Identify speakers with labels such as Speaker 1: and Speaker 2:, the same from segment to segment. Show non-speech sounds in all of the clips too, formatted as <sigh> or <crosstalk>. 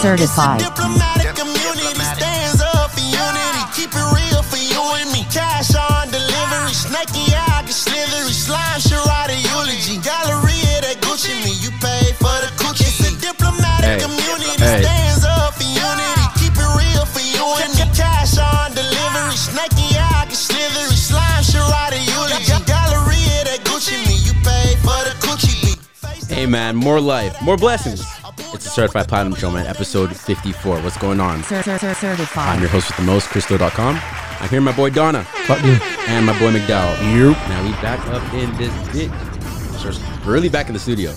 Speaker 1: certified.
Speaker 2: Diplomatic Ah. community stands up for unity. Keep it real for you and me. Cash on delivery. Snaky eye, get slithery. Slime, Sharada, eulogy. Galleria that Gucci me. You pay for the coochie. It's a diplomatic
Speaker 3: Hey.
Speaker 2: community
Speaker 3: Hey.
Speaker 2: stands up for unity. Keep it real for you and me. Cash on delivery. Snaky eye, get slithery. Slime, Sharada, eulogy. Galleria that Gucci me. You pay for the coochie.
Speaker 3: Hey man, more life, more blessings. It's a Certified Platinum Show, man. Episode 54. What's going on?
Speaker 1: Cer- cer- cer-
Speaker 3: I'm your
Speaker 1: certified.
Speaker 3: host with the most, Christo.com. I'm here with my boy Donna and my boy McDowell. Now we back up in this bitch. So it's really back in the studio.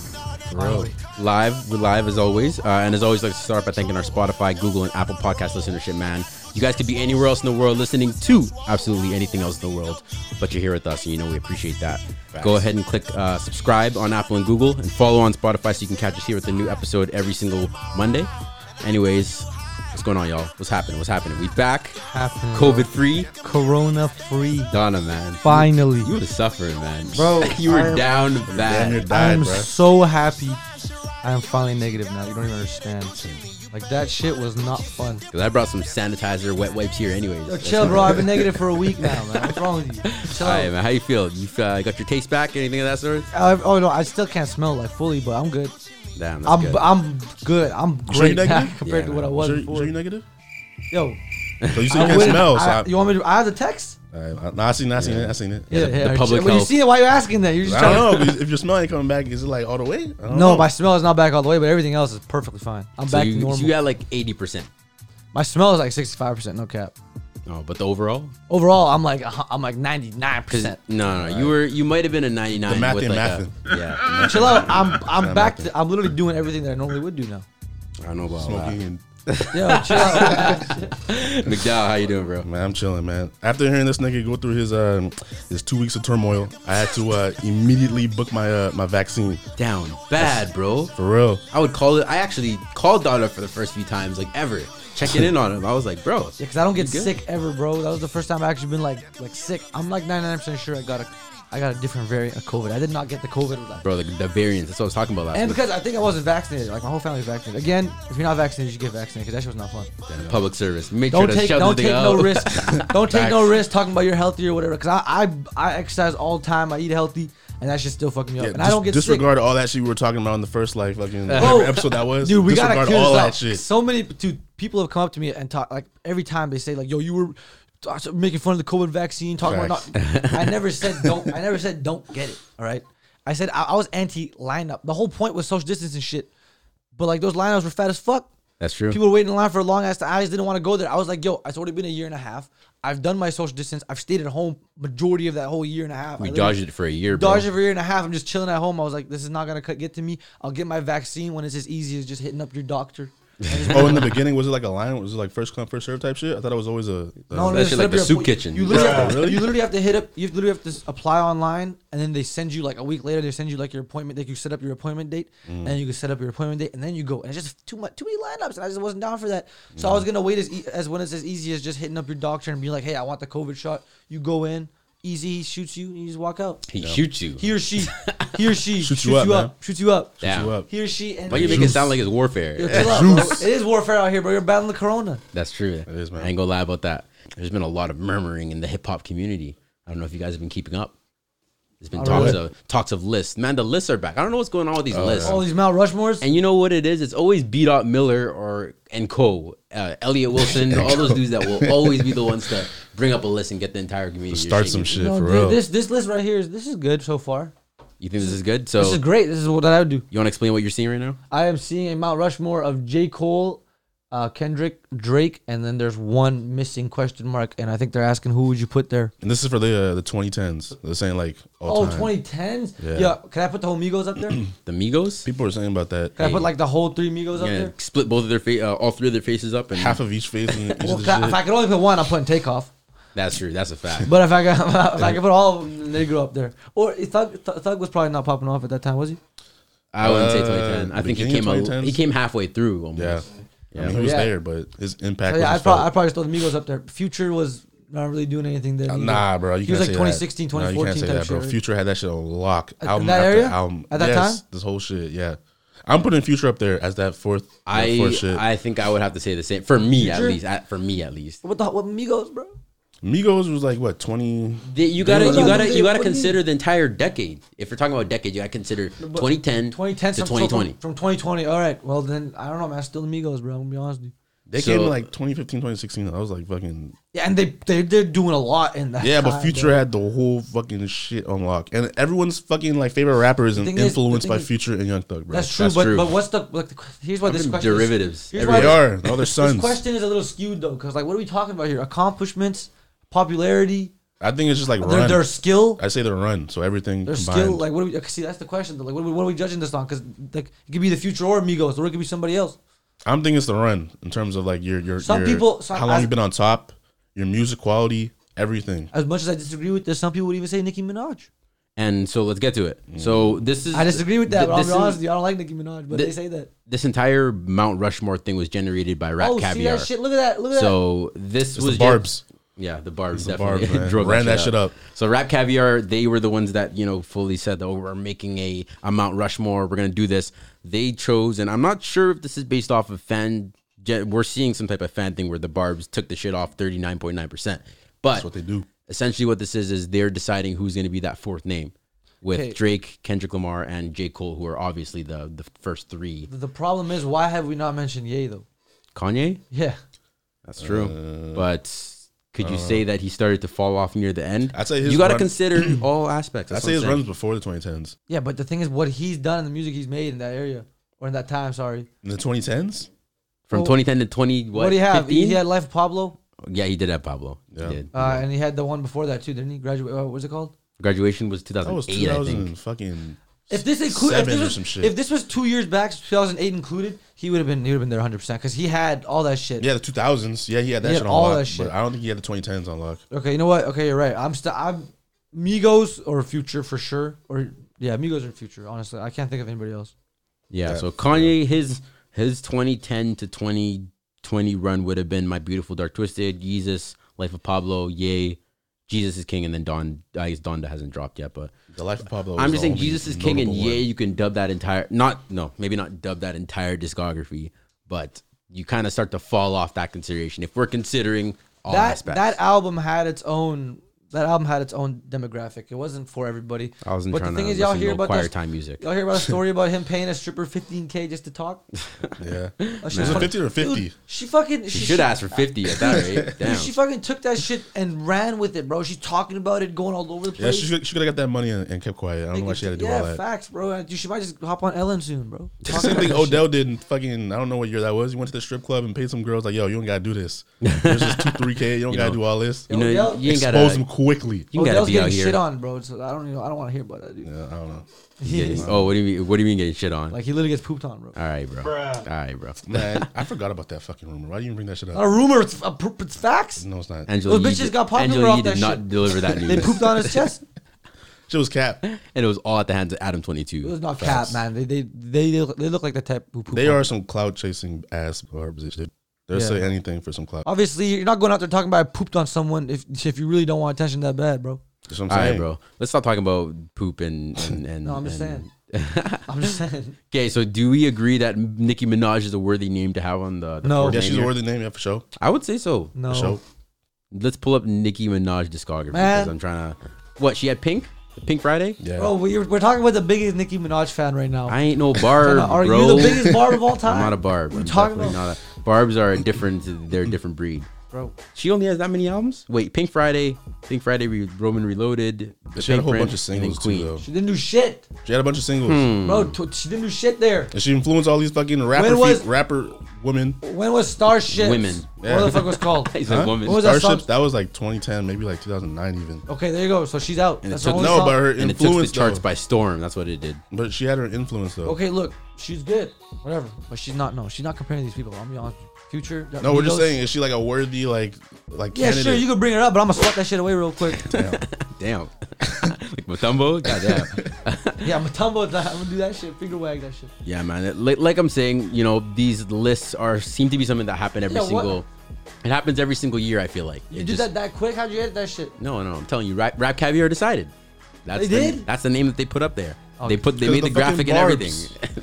Speaker 3: Live, we're live as always. Uh, and as always, I'd like to start by thanking our Spotify, Google, and Apple podcast listenership, man. You guys could be anywhere else in the world listening to absolutely anything else in the world, but you're here with us, and you know we appreciate that. Go ahead and click uh, subscribe on Apple and Google, and follow on Spotify so you can catch us here with a new episode every single Monday. Anyways, what's going on, y'all? What's happening? What's happening? We back,
Speaker 4: Happening, bro.
Speaker 3: COVID free.
Speaker 4: Corona free.
Speaker 3: Donna, man,
Speaker 4: Finally.
Speaker 3: you was suffering, man.
Speaker 4: Bro,
Speaker 3: <laughs> you were
Speaker 4: I-
Speaker 3: down bad.
Speaker 5: Damn, you're died,
Speaker 4: I'm
Speaker 5: bro.
Speaker 4: so happy. I'm finally negative now. You don't even understand. Like that shit was not fun.
Speaker 3: Cause I brought some sanitizer, wet wipes here, anyways.
Speaker 4: Yo, chill, bro. I've been negative for a week now, man. What's wrong with you? Chill.
Speaker 3: All right, man. How you feel? You uh, got your taste back? Anything of that sort?
Speaker 4: I've- oh no, I still can't smell like fully, but I'm good.
Speaker 3: Damn, that's
Speaker 4: I'm
Speaker 3: good.
Speaker 4: I'm good. I'm
Speaker 5: sure you're
Speaker 4: great now <laughs>
Speaker 5: negative?
Speaker 4: compared
Speaker 3: Yeah,
Speaker 4: to what
Speaker 3: man.
Speaker 4: I was
Speaker 5: Was you,
Speaker 4: before.
Speaker 5: was you <laughs> negative?
Speaker 4: Yo,
Speaker 5: So you
Speaker 4: I
Speaker 5: said you can't
Speaker 4: wouldn't-
Speaker 3: Oh,
Speaker 5: smell. So
Speaker 4: I-
Speaker 5: I,
Speaker 4: you want me to? I have the text.
Speaker 5: I, I, no, I seen, I seen it. I seen it.
Speaker 4: Yeah, yeah.
Speaker 3: the public
Speaker 4: when you
Speaker 3: health.
Speaker 4: see it, why are you asking that? You're just
Speaker 5: I don't
Speaker 4: trying.
Speaker 5: know 'cause if your smell ain't coming back, is it like all the way? I
Speaker 4: to,
Speaker 5: don't
Speaker 4: no,
Speaker 5: know.
Speaker 4: my smell is not back all the way, but everything else is perfectly fine. I'm
Speaker 3: so
Speaker 4: back
Speaker 3: you,
Speaker 4: to
Speaker 3: so
Speaker 4: normal.
Speaker 3: you got like eighty percent.
Speaker 4: my smell is like 65 percent, no cap.
Speaker 3: Oh, but the overall?
Speaker 4: Overall, I'm like a hu- I'm like 99
Speaker 3: 'Cause-
Speaker 4: percent.
Speaker 3: no, no, you were you might have been a ninety nine.
Speaker 5: The math
Speaker 3: with
Speaker 5: ain't
Speaker 3: like a- yeah,
Speaker 4: Chill out. I'm I'm back. To, I'm literally doing everything that I normally would do now.
Speaker 3: I don't know about
Speaker 5: Smoking and
Speaker 4: Yo, chill <laughs> out.
Speaker 3: that. McDowell, how you doing, bro?
Speaker 5: man, I'm chilling, man. After hearing this nigga go through his um his two weeks of turmoil, I had to uh, immediately book my uh, my vaccine
Speaker 3: Down bad, bro.
Speaker 5: for real.
Speaker 3: I would call it. I actually called Donna for the first few times, like ever checking in on him. I was like, bro,
Speaker 4: Because I don't get
Speaker 3: You good?
Speaker 4: sick ever, bro. That was the first time I actually been like like sick. I'm like 99 percent sure I got a I got a different variant of COVID. I did not get the COVID with that.
Speaker 3: bro, the, the variants. That's what I was talking about last
Speaker 4: And
Speaker 3: week.
Speaker 4: because I think I wasn't vaccinated, like my whole family's vaccinated. Again, if you're not vaccinated, you get vaccinated because that shit was not fun.
Speaker 3: Public service. Make
Speaker 4: Don't
Speaker 3: sure to
Speaker 4: take
Speaker 3: shut
Speaker 4: don't
Speaker 3: the
Speaker 4: take
Speaker 3: thing
Speaker 4: no
Speaker 3: out.
Speaker 4: risks. Don't take no risks talking about your healthy or whatever. Because I, I I exercise all the time. I eat healthy, and that shit still fucking me up.
Speaker 5: Yeah,
Speaker 4: and I
Speaker 5: dis-
Speaker 4: don't get sick.
Speaker 5: disregard all that shit we were talking about in the first like fucking <laughs>
Speaker 4: Bro,
Speaker 5: whatever episode that was.
Speaker 4: Oh, Dude, we gotta
Speaker 5: disregard
Speaker 4: clear
Speaker 5: all
Speaker 4: this
Speaker 5: that
Speaker 4: up.
Speaker 5: shit.
Speaker 4: So many dude, people have come up to me and talk like every time they say like, "Yo, you were t- making fun of the COVID vaccine, talking about
Speaker 5: <laughs>
Speaker 4: not." I never said don't. I never said don't get it. All right, I said I, I was anti lineup. The whole point was social distancing shit. But like those lineups were fat as fuck.
Speaker 3: That's true.
Speaker 4: People were waiting in line for a long ass time. I just didn't want to go there. I was like, yo, it's already been a year and a half. I've done my social distance. I've stayed at home majority of that whole year and a half.
Speaker 3: we
Speaker 4: I literally-
Speaker 3: dodged it for a year, bro.
Speaker 4: Dodge it for a year and a half. I'm just chilling at home. I was like, this is not gonna cut- get to me. I'll get my vaccine when it's as easy as just hitting up your
Speaker 3: <laughs>
Speaker 4: doctor. And just-
Speaker 5: oh, in the beginning, was it like a line? Was it like first come first serve type shit? I thought it was always a. a-
Speaker 4: No, no,
Speaker 3: That
Speaker 4: just hit
Speaker 3: shit like
Speaker 4: up
Speaker 3: the
Speaker 4: your
Speaker 3: soup
Speaker 4: app-
Speaker 3: kitchen.
Speaker 4: You literally, have,
Speaker 5: Yeah, really?
Speaker 4: you literally have to hit up. You literally have to s- apply online, and then they send you like a week later. They send you like your appointment. Like you set up your appointment date,
Speaker 3: Mm.
Speaker 4: and then you can set up your appointment date, and then you go. And it's just too much, too many lineups, and I just wasn't down for that. So I was
Speaker 3: Mm.
Speaker 4: gonna wait as e- as when it's as easy as just hitting up your doctor and being like, hey, I want the COVID shot. You go in, easy, he shoots you, and you just walk out.
Speaker 3: He shoots you.
Speaker 4: He or she, he or
Speaker 5: <laughs>
Speaker 4: she
Speaker 5: Shoots you up, man.
Speaker 4: shoots you up,
Speaker 3: Damn.
Speaker 5: you up.
Speaker 4: He or she and
Speaker 3: Why you make it sound like it's
Speaker 4: Yo,
Speaker 3: warfare?
Speaker 4: chill out, bro. It is warfare out here, bro. You're battling the corona.
Speaker 3: <laughs> That's true. It
Speaker 5: is, man.
Speaker 3: I ain't gonna lie about that. There's been a lot of murmuring in the hip hop community. I don't know if you guys have been keeping up. There's
Speaker 5: Oh,
Speaker 3: been talks
Speaker 4: really?
Speaker 3: of talks of lists. Man, the lists are back. I don't know what's going on with these
Speaker 5: Oh,
Speaker 3: lists.
Speaker 4: All these Mount Rushmores.
Speaker 3: And you know what it is? It's always B. Dot Miller or and Co. Uh, Elliot
Speaker 5: <laughs>
Speaker 3: Wilson, all those dudes that will always be the ones to bring up a list and get the entire community
Speaker 5: Start
Speaker 3: shaking.
Speaker 5: some shit
Speaker 4: No,
Speaker 5: for
Speaker 4: dude,
Speaker 5: real.
Speaker 4: this this list right here is this is good so far.
Speaker 3: You think this is good? So
Speaker 4: This is great. This is what I would do.
Speaker 3: you want to explain what you're seeing right now?
Speaker 4: I am seeing a Mount Rushmore of J. Cole, uh, Kendrick, Drake, and then there's one missing question mark, and I think they're asking who would you put there?
Speaker 5: and this is for the uh, the 2010s. They're saying like all
Speaker 4: Oh,
Speaker 5: time.
Speaker 4: 2010s? Yeah.
Speaker 5: Yeah.
Speaker 4: Can I put the whole Migos up there? Can
Speaker 3: The Migos.
Speaker 5: People are saying about that.
Speaker 4: I put like the whole three Migos up
Speaker 3: Yeah,
Speaker 4: there?
Speaker 3: split both of their fa- uh, all three of their faces up and
Speaker 5: half of each face and each
Speaker 4: Well,
Speaker 5: of
Speaker 4: can I-
Speaker 5: the
Speaker 4: if
Speaker 5: shit.
Speaker 4: I could only put one, I'm putting Takeoff.
Speaker 3: That's true. That's
Speaker 5: <laughs>
Speaker 3: a fact.
Speaker 4: But if I could, <laughs> if I could put all of them, they grew up there. Or Thug, Thug was probably not popping off at that time, was he?
Speaker 3: I wouldn't say
Speaker 5: Uh,
Speaker 3: 2010. I think he
Speaker 5: beginning
Speaker 3: came
Speaker 5: of
Speaker 3: a,
Speaker 5: 2010s?
Speaker 3: he came halfway through almost.
Speaker 5: Yeah. I mean, he was
Speaker 4: Yeah.
Speaker 5: there, but his impact
Speaker 4: So, yeah,
Speaker 5: was
Speaker 4: I
Speaker 5: just felt-
Speaker 4: probably, I probably stole the Migos up there. Future was not really doing anything there. either.
Speaker 5: Uh, Nah, bro. You
Speaker 4: he
Speaker 5: can't
Speaker 4: was like
Speaker 5: say
Speaker 4: 2016,
Speaker 5: that. No,
Speaker 4: 2014
Speaker 5: you can't say
Speaker 4: type
Speaker 5: that, bro.
Speaker 4: shit.
Speaker 5: Future had that shit on lock.
Speaker 4: At-
Speaker 5: album
Speaker 4: in that
Speaker 5: after
Speaker 4: area?
Speaker 5: album.
Speaker 4: At that
Speaker 5: Yes,
Speaker 4: time?
Speaker 5: This whole shit, yeah. I'm putting Future up there as that fourth. that fourth shit.
Speaker 3: I I think I would have to say the same for me at
Speaker 4: Future?
Speaker 3: least. At, for me at least,
Speaker 4: What the what Migos, bro?
Speaker 5: Migos was like what 20.
Speaker 3: The- you gotta
Speaker 4: were-
Speaker 3: you gotta you gotta
Speaker 4: What do you-
Speaker 3: consider the entire decade. If we're talking about decade, you gotta consider 2010,
Speaker 4: 2010
Speaker 3: to
Speaker 4: some- so from-
Speaker 3: 2020.
Speaker 4: From 2020. All right. Well then, I don't know, man. Still the Migos, bro. I'm gonna be honest with you.
Speaker 5: They
Speaker 3: So-
Speaker 5: came in like 2015, 2016. I was like fucking
Speaker 4: Yeah, and they they they're doing a lot in that.
Speaker 5: yeah, but
Speaker 4: time,
Speaker 5: Future
Speaker 4: bro.
Speaker 5: had the whole fucking shit on lock, and everyone's fucking like favorite rappers and
Speaker 4: thing is- the
Speaker 5: influenced
Speaker 4: thing
Speaker 5: by
Speaker 4: is-
Speaker 5: Future and Young Thug, bro.
Speaker 4: That's true,
Speaker 3: That's
Speaker 4: but
Speaker 3: true.
Speaker 4: but what's the like? The, here's why this
Speaker 3: Fucking
Speaker 4: question is-
Speaker 3: derivatives.
Speaker 4: here's
Speaker 3: Every-
Speaker 4: why
Speaker 5: They
Speaker 4: this-
Speaker 5: are all their
Speaker 4: This
Speaker 5: sons.
Speaker 4: question is a little skewed though, because like, what are we talking about here? Accomplishments, popularity,
Speaker 5: I think it's just like
Speaker 4: their,
Speaker 5: run.
Speaker 4: their skill,
Speaker 5: I say they're run, so everything
Speaker 4: their
Speaker 5: combined.
Speaker 4: skill. Like, what? Are we, see, that's the question. though. Like, what are we, what are we judging this on? Because like, it could be the future or Migos, or it could be somebody else.
Speaker 5: I'm thinking it's the run in terms of like your your
Speaker 4: Some
Speaker 5: your-
Speaker 4: people- so
Speaker 5: how long
Speaker 4: I-
Speaker 5: you've been on top, your music quality, everything.
Speaker 4: As much as I disagree with this, some people would even say Nicki Minaj.
Speaker 3: And so let's get to it.
Speaker 5: Mm.
Speaker 3: So this is
Speaker 4: I disagree with that.
Speaker 3: th-
Speaker 4: but I'll
Speaker 3: this
Speaker 4: be
Speaker 3: is-
Speaker 4: honest with you. I don't like Nicki Minaj, but
Speaker 3: thi-
Speaker 4: they say that.
Speaker 3: This entire Mount Rushmore thing was generated by Rap
Speaker 4: Oh, see
Speaker 3: Caviar.
Speaker 4: that shit? Look at that. Look at that.
Speaker 3: So this
Speaker 5: It's
Speaker 3: was
Speaker 5: the barbs.
Speaker 3: yeah, the barbs
Speaker 5: the
Speaker 3: definitely <laughs>
Speaker 5: barbs, man.
Speaker 3: drove
Speaker 5: Ran that shit up.
Speaker 3: So Rap Caviar, they were the ones that you know fully said that oh, we're making a, a Mount Rushmore. We're gonna do this. They chose, and I'm not sure if this is based off of fan. gen- We're seeing some type of fan thing where the barbs took the shit off 39.9 percent. But
Speaker 5: That's what they do.
Speaker 3: essentially what this is is they're deciding who's going to be that fourth name with
Speaker 4: Okay.
Speaker 3: Drake, Kendrick Lamar, and J. Cole, who are obviously the the first three.
Speaker 4: The problem is, why have we not mentioned Ye though?
Speaker 3: Kanye,
Speaker 4: Yeah.
Speaker 3: that's true,
Speaker 5: Uh,
Speaker 3: but. Could you say that he started to fall off near the end?
Speaker 5: I'd say his
Speaker 3: you got to
Speaker 5: run- <clears throat>
Speaker 3: consider all aspects.
Speaker 5: I
Speaker 3: That's
Speaker 5: say
Speaker 3: what
Speaker 5: his
Speaker 3: I'm
Speaker 5: runs
Speaker 3: saying.
Speaker 5: before the 2010s,
Speaker 4: Yeah, but the thing is, what he's done and the music he's made in that area or in that time. Sorry,
Speaker 5: in the 2010s.
Speaker 3: from
Speaker 4: Well,
Speaker 3: 2010 to 20
Speaker 4: what
Speaker 3: what?
Speaker 4: do he have? He,
Speaker 3: 15?
Speaker 4: he had Life of Pablo,
Speaker 3: yeah, he did have Pablo. He
Speaker 5: Yeah.
Speaker 3: did.
Speaker 4: uh, and he had the one before that too, didn't he? Graduate. Uh, what was it called?
Speaker 3: Graduation was
Speaker 5: That
Speaker 3: 2008,
Speaker 5: was
Speaker 3: I think.
Speaker 5: 2000 fucking.
Speaker 4: If this included, if
Speaker 5: Seven
Speaker 4: this,
Speaker 5: or
Speaker 4: was,
Speaker 5: some shit.
Speaker 4: if this was two years back, 2008 included, he would have been he would have been there 100 percent because he had all that shit.
Speaker 5: Yeah, the 2000s. Yeah, he had that
Speaker 4: He had
Speaker 5: shit on
Speaker 4: all
Speaker 5: lock,
Speaker 4: that shit.
Speaker 5: but I don't think he had the 2010s on lock.
Speaker 4: Okay, you know what? Okay, you're right. I'm still I'm Migos or Future for sure. Or yeah, Migos or Future. Honestly, I can't think of anybody else.
Speaker 3: Yeah,
Speaker 5: Yeah.
Speaker 3: so Kanye, his his 2010 to 2020 run would have been My Beautiful Dark Twisted, Jesus, Life of Pablo, Yay, Jesus is King, and then Don. I guess Donda hasn't dropped yet, but
Speaker 5: The life of Pablo. was
Speaker 3: I'm just
Speaker 5: the
Speaker 3: saying
Speaker 5: only
Speaker 3: Jesus is King and
Speaker 5: notable
Speaker 3: Yay.
Speaker 5: one.
Speaker 3: You can dub that entire not no maybe not dub that entire discography, but you kind of start to fall off that consideration if we're considering all
Speaker 4: that
Speaker 3: aspects.
Speaker 4: that album had its own. That album had its own demographic. It wasn't for everybody.
Speaker 3: I wasn't
Speaker 4: but
Speaker 3: trying
Speaker 4: the thing
Speaker 3: to
Speaker 4: is, y'all
Speaker 3: listen to
Speaker 4: hear
Speaker 3: no
Speaker 4: about
Speaker 3: choir
Speaker 4: this-
Speaker 3: time music.
Speaker 4: Y'all hear about a
Speaker 3: <laughs>
Speaker 4: story about him paying a stripper 15k just to talk?
Speaker 3: <laughs>
Speaker 5: Yeah.
Speaker 4: That shit
Speaker 5: Was it
Speaker 4: funny.
Speaker 5: 50 or 50?
Speaker 4: Dude, she fucking. She
Speaker 3: you should ask for 50 at that
Speaker 4: <laughs>
Speaker 3: rate. Damn.
Speaker 4: Dude, she fucking took that shit and ran with it, bro. She's talking about it, going all over the
Speaker 5: Yeah,
Speaker 4: place.
Speaker 5: she, should- she could have got that money and, and kept quiet. I don't know why she had to do
Speaker 4: yeah,
Speaker 5: all that.
Speaker 4: facts, bro. Uh, Dude, she might just hop on Ellen soon,
Speaker 5: <laughs>
Speaker 4: bro. Talk
Speaker 5: Same
Speaker 4: about
Speaker 5: thing
Speaker 4: that shit.
Speaker 5: Odell did in fucking, I don't know what year that was. He went to the strip club and paid some girls, like, yo, you don't got to do this. There's just two, 3K. You don't got to
Speaker 3: know,
Speaker 5: do all this.
Speaker 3: you know,
Speaker 4: Odell-
Speaker 3: you ain't got
Speaker 5: Expose them
Speaker 3: to.
Speaker 5: quickly.
Speaker 3: You gotta
Speaker 4: Odell's
Speaker 3: be out
Speaker 4: getting
Speaker 3: here.
Speaker 4: shit on, bro. So I don't, even, I don't want to hear about that, dude.
Speaker 5: Yeah, I don't know.
Speaker 3: Yeah, oh, what do you mean? What do you mean getting shit on?
Speaker 4: Like he literally gets pooped on, bro.
Speaker 3: all right, bro. All right, bro.
Speaker 5: Oh, Man, I forgot about that fucking rumor. Why do you even bring that shit up?
Speaker 4: A rumor, it's, a, poop- it's facts.
Speaker 5: No, it's not.
Speaker 3: Angela
Speaker 4: Those
Speaker 3: Yee
Speaker 4: bitches
Speaker 3: did-
Speaker 4: got popular
Speaker 3: Angela
Speaker 4: off
Speaker 3: Yee did
Speaker 4: that
Speaker 3: not
Speaker 4: shit. <laughs>
Speaker 3: deliver that
Speaker 4: They
Speaker 3: news,
Speaker 4: pooped on
Speaker 5: <laughs>
Speaker 4: his chest.
Speaker 5: Shit was
Speaker 3: <laughs>
Speaker 5: cap.
Speaker 3: and it was all at the hands of Adam Twenty Two.
Speaker 4: It was not cap, man. They they they they look, they look like the type who poop.
Speaker 5: They
Speaker 4: on.
Speaker 5: are some cloud chasing ass barbs. They'll
Speaker 4: Yeah.
Speaker 5: say anything for some cloud.
Speaker 4: Obviously, you're not going out there talking about I pooped on someone if if you really don't want attention that bad, bro.
Speaker 5: That's what I'm
Speaker 3: All
Speaker 5: saying.
Speaker 3: right, bro. Let's stop talking about poop and and, and
Speaker 4: No, I'm just
Speaker 3: and-
Speaker 4: saying.
Speaker 5: <laughs>
Speaker 4: I'm just saying.
Speaker 3: Okay, so do we agree that Nicki Minaj is a worthy name to have on the? the
Speaker 4: No.
Speaker 3: fourth
Speaker 5: Yeah,
Speaker 3: name Oh.
Speaker 5: she's a
Speaker 3: here?
Speaker 5: worthy name, yeah, for sure.
Speaker 3: I would say so.
Speaker 5: For
Speaker 4: No.
Speaker 5: sure.
Speaker 3: Let's pull up Nicki Minaj discography because
Speaker 4: Man.
Speaker 3: I'm trying to. What she had Pink, Pink Friday.
Speaker 5: Yeah.
Speaker 4: Bro, we're, we're talking about the biggest Nicki Minaj fan right now.
Speaker 3: I ain't
Speaker 5: <laughs>
Speaker 3: no barb,
Speaker 4: Are
Speaker 3: bro.
Speaker 4: you the biggest barb of all time?
Speaker 3: <laughs> I'm not a barb. We're
Speaker 4: talking
Speaker 3: not a, barbs are a different. They're a different breed.
Speaker 4: bro.
Speaker 3: She only has that many albums. Wait, Pink Friday, Pink Friday, Re- Roman Reloaded. The
Speaker 5: she had a
Speaker 3: Pink
Speaker 5: whole bunch
Speaker 3: Prince,
Speaker 5: of
Speaker 3: and then
Speaker 5: singles
Speaker 3: Queen. Hmm.
Speaker 5: too, though.
Speaker 3: <laughs>
Speaker 4: She didn't do shit,
Speaker 5: She had a bunch of singles,
Speaker 4: bro. T- she didn't do shit there.
Speaker 5: and she influenced all these fucking rapper
Speaker 4: When was-
Speaker 5: fe- rapper women.
Speaker 4: When was Starships?
Speaker 3: Women.
Speaker 4: What the fuck was
Speaker 5: <laughs>
Speaker 4: called?
Speaker 3: He's
Speaker 5: Huh?
Speaker 3: a woman.
Speaker 4: What was that
Speaker 5: Starships.
Speaker 4: song? Oh,
Speaker 5: That was like 2010, maybe like 2009 even.
Speaker 4: Okay, there you go. So she's out.
Speaker 3: And it
Speaker 4: That's the
Speaker 3: took-
Speaker 4: only
Speaker 5: No,
Speaker 4: song-
Speaker 5: but her
Speaker 3: and it took the
Speaker 5: influence
Speaker 3: charts
Speaker 5: though.
Speaker 3: by storm. That's what it did.
Speaker 5: But she had her influence though.
Speaker 4: Okay, look, she's good. Whatever. But she's not. No, she's not comparing these people. I'm be honest. with you. Future.
Speaker 5: No, we're just
Speaker 4: Migos-
Speaker 5: saying, is she like a worthy like like
Speaker 4: Yeah,
Speaker 5: candidate?
Speaker 4: sure, you can bring her up, but I'm gonna swat that shit away real
Speaker 5: <laughs>
Speaker 4: quick. <laughs>
Speaker 3: Damn. <laughs> like Matumbo? Goddamn.
Speaker 4: yeah, I'm gonna tumble. that. I'm gonna do that shit. Finger wag that shit.
Speaker 3: yeah, man. It- Like, like I'm saying, you know, these lists are seem to be something that happen every
Speaker 4: Yeah, what-
Speaker 3: single. It happens every single year. I feel like
Speaker 4: You
Speaker 3: It
Speaker 4: did
Speaker 3: just-
Speaker 4: that that quick? How'd you edit that shit?
Speaker 3: No, no. I'm telling you, rap, rap caviar decided. That's
Speaker 4: They
Speaker 3: the,
Speaker 4: did?
Speaker 3: That's the name that they put up there.
Speaker 4: Oh,
Speaker 3: they put they made the, graphic and everything.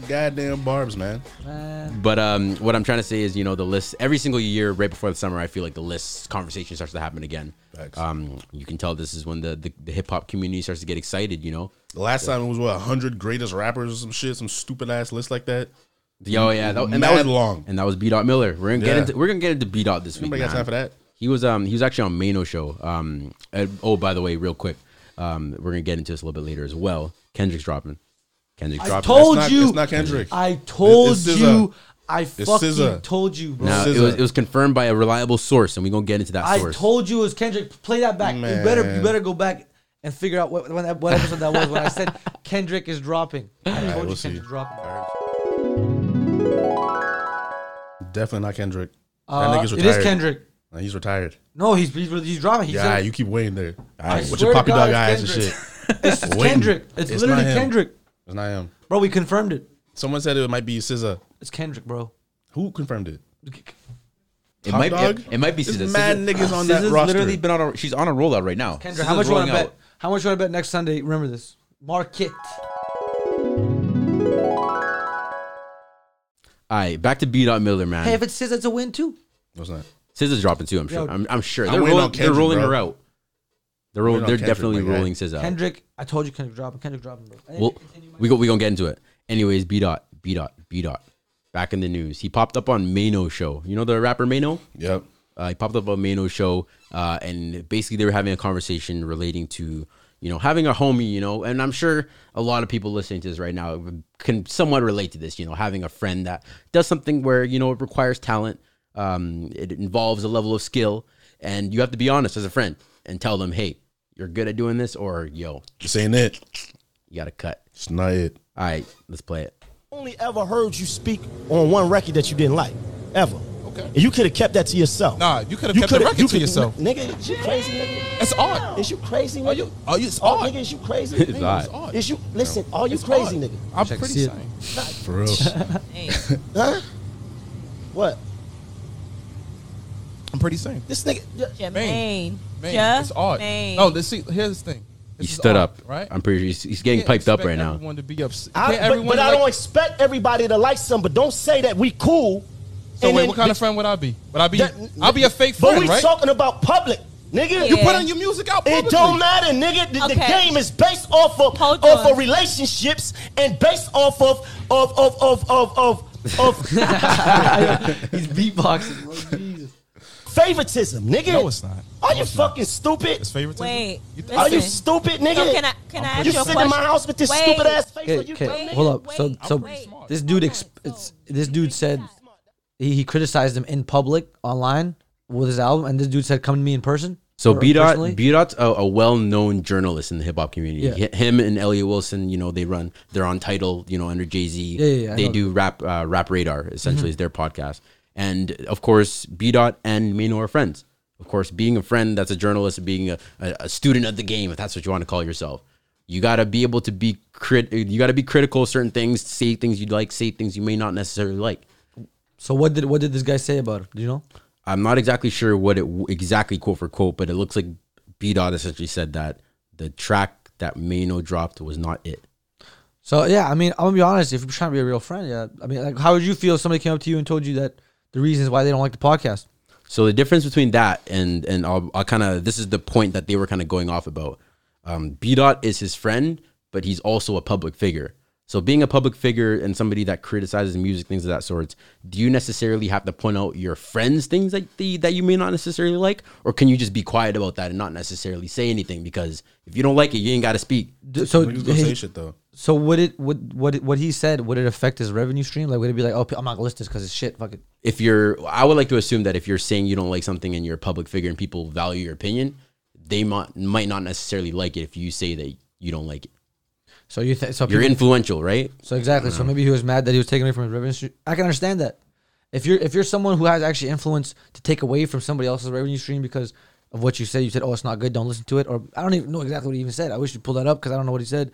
Speaker 5: Goddamn barbs, man.
Speaker 4: Man.
Speaker 3: <laughs> But um, what I'm trying to say is, you know, the list every single year, right before the summer, I feel like the list conversation starts to happen again.
Speaker 5: Facts.
Speaker 3: Um, you can tell this is when the the, the hip hop community starts to get excited. You know,
Speaker 5: The last time it was what hundred greatest rappers or some shit, some stupid ass list like that.
Speaker 3: yo, yeah, that, and
Speaker 5: Mad
Speaker 3: that was
Speaker 5: long.
Speaker 3: and that was B Dot Miller. We're gonna get
Speaker 5: Yeah.
Speaker 3: into we're gonna get into B Dot this week.
Speaker 5: Anybody got
Speaker 3: man.
Speaker 5: time for that?
Speaker 3: He was um he was actually on Mano show. Um, and- oh by the way, real quick, um, we're gonna get into this a little bit later as well. Kendrick's dropping. Kendrick's dropping.
Speaker 4: told
Speaker 5: It's not,
Speaker 4: you.
Speaker 5: it's not Kendrick.
Speaker 4: I told
Speaker 5: It's- it's
Speaker 4: you.
Speaker 5: SZA.
Speaker 4: I fucking
Speaker 5: SZA.
Speaker 4: told you, bro.
Speaker 3: Now, it
Speaker 5: SZA.
Speaker 3: was, it was confirmed by a reliable source, and we're gonna get into that
Speaker 4: I
Speaker 3: source.
Speaker 4: told you it was Kendrick. Play that back. You better you
Speaker 5: Man.
Speaker 4: better go back and figure out what when that, what episode that was when I
Speaker 5: <laughs>
Speaker 4: said Kendrick is dropping. I told you
Speaker 5: we'll see.
Speaker 4: Kendrick's dropping.
Speaker 5: Definitely not Kendrick.
Speaker 4: Uh,
Speaker 5: that nigga's
Speaker 4: it
Speaker 5: retired.
Speaker 4: is Kendrick.
Speaker 5: Nah, he's retired.
Speaker 4: No, he's he's, he's dropping. He's
Speaker 5: Yeah, you keep waiting there.
Speaker 4: I
Speaker 5: With
Speaker 4: swear
Speaker 5: your
Speaker 4: to
Speaker 5: poppy
Speaker 4: God,
Speaker 5: dog
Speaker 4: it's
Speaker 5: eyes and
Speaker 4: Kendrick.
Speaker 5: shit.
Speaker 4: it's
Speaker 5: waiting.
Speaker 4: Kendrick. It's,
Speaker 5: It's
Speaker 4: literally
Speaker 5: not him.
Speaker 4: Kendrick,
Speaker 5: It's not him.
Speaker 4: bro. We confirmed it.
Speaker 5: Someone said it might be SZA.
Speaker 4: It's Kendrick, bro.
Speaker 5: Who confirmed it?
Speaker 3: It
Speaker 5: Top
Speaker 3: might,
Speaker 5: dog?
Speaker 3: it, it might be
Speaker 5: There's
Speaker 3: SZA.
Speaker 5: mad
Speaker 3: SZA-
Speaker 5: niggas on
Speaker 3: SZA's
Speaker 5: that roster.
Speaker 3: literally been on. A, she's on a rollout right now.
Speaker 4: Kendrick, how
Speaker 3: SZA's
Speaker 4: much you want
Speaker 3: rolling
Speaker 4: to
Speaker 3: out.
Speaker 4: bet? How much you want to bet next Sunday? Remember this. Market.
Speaker 3: All right, back to B. Dot Miller, man.
Speaker 4: Hey, if it says it's a win too.
Speaker 5: No, it's not.
Speaker 3: SZA's dropping too. I'm sure.
Speaker 4: Yo,
Speaker 3: I'm, I'm sure.
Speaker 5: I'm
Speaker 3: They're
Speaker 5: waiting
Speaker 3: rolling,
Speaker 5: on
Speaker 3: they're
Speaker 5: Kendrick,
Speaker 3: rolling
Speaker 5: bro.
Speaker 3: her out. They're, roll,
Speaker 5: waiting on
Speaker 3: they're
Speaker 5: Kendrick,
Speaker 3: definitely
Speaker 5: my guy.
Speaker 3: rolling SZA out.
Speaker 4: Kendrick, I told you Kendrick dropping. Kendrick dropping, bro. Anyway,
Speaker 3: Well,
Speaker 4: continue, man.
Speaker 3: we go. We gonna get into it. Anyways, B. Dot, B. Dot, B. Dot. Back in the news, he popped up on Mano show. You know the rapper Mano.
Speaker 5: Yep.
Speaker 3: Uh, he popped up on Mano show, uh, and basically they were having a conversation relating to you know having a homie, you know, and I'm sure a lot of people listening to this right now can somewhat relate to this, you know, having a friend that does something where you know it requires talent, um, it involves a level of skill, and you have to be honest as a friend and tell them, hey, you're good at doing this, or yo,
Speaker 5: Just ain't it.
Speaker 3: you gotta cut.
Speaker 5: It's not it.
Speaker 3: All right, let's play it.
Speaker 1: only ever heard you speak on one record that you didn't like, ever. Okay. And you could have kept that to yourself.
Speaker 6: Nah, you could have kept the
Speaker 1: coulda-
Speaker 6: record
Speaker 1: you
Speaker 6: to
Speaker 1: could-
Speaker 6: yourself.
Speaker 1: Nigga, you crazy, nigga.
Speaker 6: It's art.
Speaker 1: Is you crazy, nigga?
Speaker 6: Are you? Are you? It's
Speaker 1: Oh,
Speaker 6: art.
Speaker 1: nigga, is you crazy?
Speaker 3: It's
Speaker 1: nigga?
Speaker 3: odd.
Speaker 6: odd.
Speaker 1: Is you listen? Are you
Speaker 6: It's
Speaker 1: crazy,
Speaker 6: art.
Speaker 1: nigga?
Speaker 6: I'm
Speaker 4: Check
Speaker 6: pretty
Speaker 4: see it.
Speaker 6: sure.
Speaker 5: <laughs> For real.
Speaker 1: Huh? What?
Speaker 6: I'm pretty sane.
Speaker 1: This nigga?
Speaker 7: Jermaine.
Speaker 6: Man,
Speaker 7: Ja-
Speaker 6: it's art.
Speaker 7: Maine.
Speaker 6: No, let's see. Here's the thing.
Speaker 3: He
Speaker 6: This is
Speaker 3: stood
Speaker 6: art,
Speaker 3: up,
Speaker 6: right?
Speaker 3: I'm pretty sure he's, he's getting
Speaker 6: Can't
Speaker 3: piped up
Speaker 6: expect
Speaker 3: right now.
Speaker 6: Everyone to be upset.
Speaker 1: I,
Speaker 6: Can't
Speaker 1: but
Speaker 6: everyone
Speaker 1: but I
Speaker 6: like-
Speaker 1: don't expect everybody to like something. But don't say that we cool.
Speaker 6: So
Speaker 1: and
Speaker 6: wait,
Speaker 1: then-
Speaker 6: what kind of friend would I be? Would I be?
Speaker 1: That-
Speaker 6: I'll be a fake
Speaker 1: But
Speaker 6: friend,
Speaker 1: we
Speaker 6: right?
Speaker 1: talking about public, nigga.
Speaker 6: You
Speaker 7: You
Speaker 6: put on your music out publicly.
Speaker 1: It don't matter, nigga. The, the
Speaker 7: Okay.
Speaker 1: game is based off of
Speaker 7: Hold
Speaker 1: off
Speaker 7: on.
Speaker 1: of relationships and based off of of of of of
Speaker 7: <laughs>
Speaker 1: of, of
Speaker 4: he's beatboxing. Bro. Jesus.
Speaker 1: favoritism, nigga.
Speaker 6: No, it's not.
Speaker 1: Are
Speaker 6: No,
Speaker 1: you
Speaker 6: it's not.
Speaker 1: fucking stupid?
Speaker 6: It's favoritism.
Speaker 7: Wait.
Speaker 6: You think-
Speaker 1: Are you
Speaker 7: listen.
Speaker 1: stupid, nigga?
Speaker 7: So can I can I ask
Speaker 1: you
Speaker 7: you a
Speaker 1: sit
Speaker 7: question?
Speaker 1: in my house with this
Speaker 7: Wait.
Speaker 1: stupid ass face? or
Speaker 4: Okay,
Speaker 1: you
Speaker 4: okay,
Speaker 7: wait,
Speaker 4: hold up. so,
Speaker 7: wait,
Speaker 4: so
Speaker 7: wait.
Speaker 4: this dude,
Speaker 7: Hold
Speaker 4: exp-
Speaker 7: on.
Speaker 4: it's, this dude said he, he criticized him in public online with his album, and this dude said, "Come to me in person."
Speaker 3: So
Speaker 4: or
Speaker 3: B
Speaker 4: personally."
Speaker 3: Dot, B Dot's a, a well-known journalist in the hip hop community.
Speaker 4: Yeah.
Speaker 3: Hi- Him and Elliot Wilson, you know, they run. They're on title, you know, under Jay Z.
Speaker 4: Yeah, yeah, yeah, I
Speaker 3: they
Speaker 4: know. Mm-hmm.
Speaker 3: do rap, uh, rap radar. Essentially, is their podcast. And of course, B Dot and Mano are friends. Of course, being a friend, that's a journalist, being a, a, a student of the game, if that's what you want to call yourself. You gotta be able to be crit. You gotta be critical of certain things. Say things you like. Say things you may not necessarily like.
Speaker 4: So what did what did this guy say about him? Do you know?
Speaker 3: I'm not exactly sure what it w- exactly quote for quote, but it looks like B Dot essentially said that the track that Mano dropped was not it.
Speaker 4: So yeah, I mean, I'm gonna be honest. If you're trying to be a real friend, yeah, I mean, like, how would you feel if somebody came up to you and told you that the reasons why they don't like the podcast?
Speaker 3: So the difference between that and and I'll, I'll kind of this is the point that they were kind of going off about. Um, B Dot is his friend, but he's also a public figure. So being a public figure and somebody that criticizes music things of that sort, do you necessarily have to point out your friends things that the, that you may not necessarily like, or can you just be quiet about that and not necessarily say anything because if you don't like it, you ain't got to speak.
Speaker 4: D- So
Speaker 5: Niggas gonna say
Speaker 4: hey,
Speaker 5: shit though.
Speaker 4: so would it would what it- what he said would it affect his revenue stream? Like would it be like, oh, I'm not gonna list this because it's shit. Fuck it.
Speaker 3: if you're i would like to assume that if you're saying you don't like something and you're a public figure and people value your opinion they might might not necessarily like it if you say that you don't like it
Speaker 4: So you th- so
Speaker 3: you're
Speaker 4: people-
Speaker 3: influential right
Speaker 4: So exactly. So maybe he was mad that he was taken away from his revenue. stream. I can understand that. If you're if you're someone who has actually influence to take away from somebody else's revenue stream because of what you said, you said, "Oh, it's not good. Don't listen to it." Or I don't even know exactly what he even said. I wish you pull that up because I don't know what he said.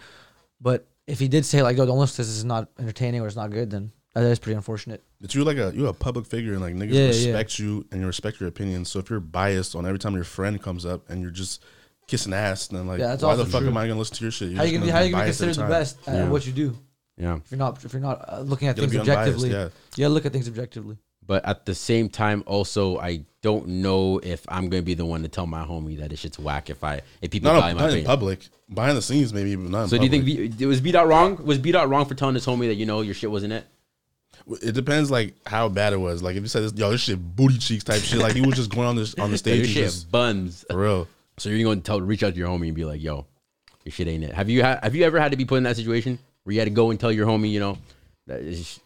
Speaker 4: But if he did say like, "Yo, don't listen to this. This is not entertaining or it's not good," then that is pretty unfortunate.
Speaker 5: But you like a you a public figure and like niggas
Speaker 4: Yeah, yeah.
Speaker 5: respect you and you respect your opinion. So if you're biased on every time your friend comes up and you're just kissing ass. And I'm like,
Speaker 4: Yeah, that's
Speaker 5: why
Speaker 4: also
Speaker 5: the fuck
Speaker 4: true.
Speaker 5: am I gonna listen to your shit? You're
Speaker 4: How
Speaker 5: just
Speaker 4: you gonna how you gonna be
Speaker 5: biased every
Speaker 4: considered the
Speaker 5: time.
Speaker 4: best at
Speaker 3: Yeah.
Speaker 4: what you do
Speaker 3: Yeah.
Speaker 4: if you're not if you're not uh, looking at
Speaker 5: You gotta
Speaker 4: things
Speaker 5: be unbiased,
Speaker 4: objectively?
Speaker 5: yeah.
Speaker 4: yeah, look at things objectively.
Speaker 3: But at the same time, also, I don't know if I'm gonna be the one to tell my homie that it shit's whack if I if people
Speaker 5: No,
Speaker 3: buy
Speaker 5: no,
Speaker 3: my
Speaker 5: not in
Speaker 3: opinion.
Speaker 5: public. Behind the scenes, maybe, but not. In
Speaker 3: So do you think
Speaker 5: public.
Speaker 3: B, it was B dot wrong? Was B dot wrong for telling his homie that you know your shit wasn't it?
Speaker 5: It depends, like how bad it was. Like if you said this, yo, this shit booty cheeks type shit. Like he was just going on this
Speaker 4: <laughs>
Speaker 5: on the
Speaker 3: That
Speaker 5: stage.
Speaker 3: your
Speaker 5: and
Speaker 3: shit
Speaker 5: just,
Speaker 3: buns.
Speaker 5: for real.
Speaker 3: So you're gonna tell reach out to your homie and be like, yo, your shit ain't it. Have you ha- have you ever had to be put in that situation where you had to go and tell your homie, you know, that is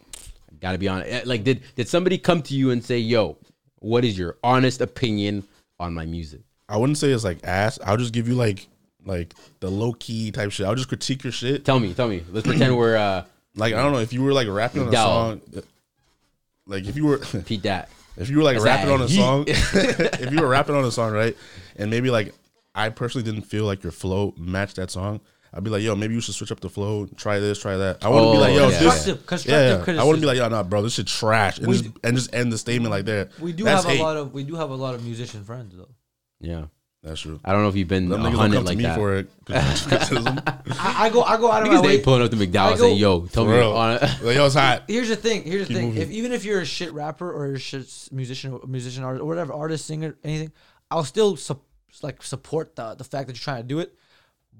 Speaker 3: gotta be on eh, like did did somebody come to you and say, yo, what is your honest opinion on my music?
Speaker 5: I wouldn't say it's like ass. I'll just give you like like the low key type shit. I'll just critique your shit.
Speaker 3: Tell me, tell me. Let's pretend we're uh
Speaker 5: Like I don't know if you were like rapping on a
Speaker 3: Yo.
Speaker 5: song. Like if you were <laughs>
Speaker 3: Pete that.
Speaker 5: if you were like
Speaker 3: That's
Speaker 5: rapping on a
Speaker 3: that heat. <laughs>
Speaker 5: song, <laughs> if you were rapping on a song, right, and maybe like I personally didn't feel like your flow matched that song. I'd be like, yo, maybe you should switch up the flow, try this, try that. I wouldn't be
Speaker 3: Oh,
Speaker 5: like, yo,
Speaker 3: yeah.
Speaker 5: this,
Speaker 4: Constructive- constructive
Speaker 5: yeah, yeah. I wouldn't
Speaker 4: criticism.
Speaker 5: be like, yo, nah, bro, this shit trash, and
Speaker 4: We
Speaker 5: just
Speaker 4: d-
Speaker 5: and just end the statement like that.
Speaker 4: We do
Speaker 5: That's
Speaker 4: have
Speaker 5: hate.
Speaker 4: a lot of we do have a lot of musician friends though.
Speaker 3: Yeah.
Speaker 5: That's true.
Speaker 3: I don't know if you've been
Speaker 5: Them
Speaker 3: a
Speaker 5: niggas don't
Speaker 3: hundred
Speaker 5: come
Speaker 3: like
Speaker 5: to me
Speaker 3: that.
Speaker 5: for it.
Speaker 3: <laughs>
Speaker 5: criticism.
Speaker 4: I, I go I
Speaker 5: <laughs>
Speaker 4: go out of my
Speaker 3: Niggas
Speaker 4: way.
Speaker 3: they pulling up to McDowell
Speaker 4: I
Speaker 3: saying,
Speaker 4: go-
Speaker 3: "Yo, tell
Speaker 5: For
Speaker 3: me
Speaker 5: real.
Speaker 3: on." <laughs>
Speaker 5: Like, yo, it's hot.
Speaker 4: Here's the thing. Here's the thing.
Speaker 5: moving.
Speaker 4: If even if you're a shit rapper or a shit s- musician, musician artist, or whatever artist, singer, anything, I'll still sup- like support the the fact that you're trying to do it.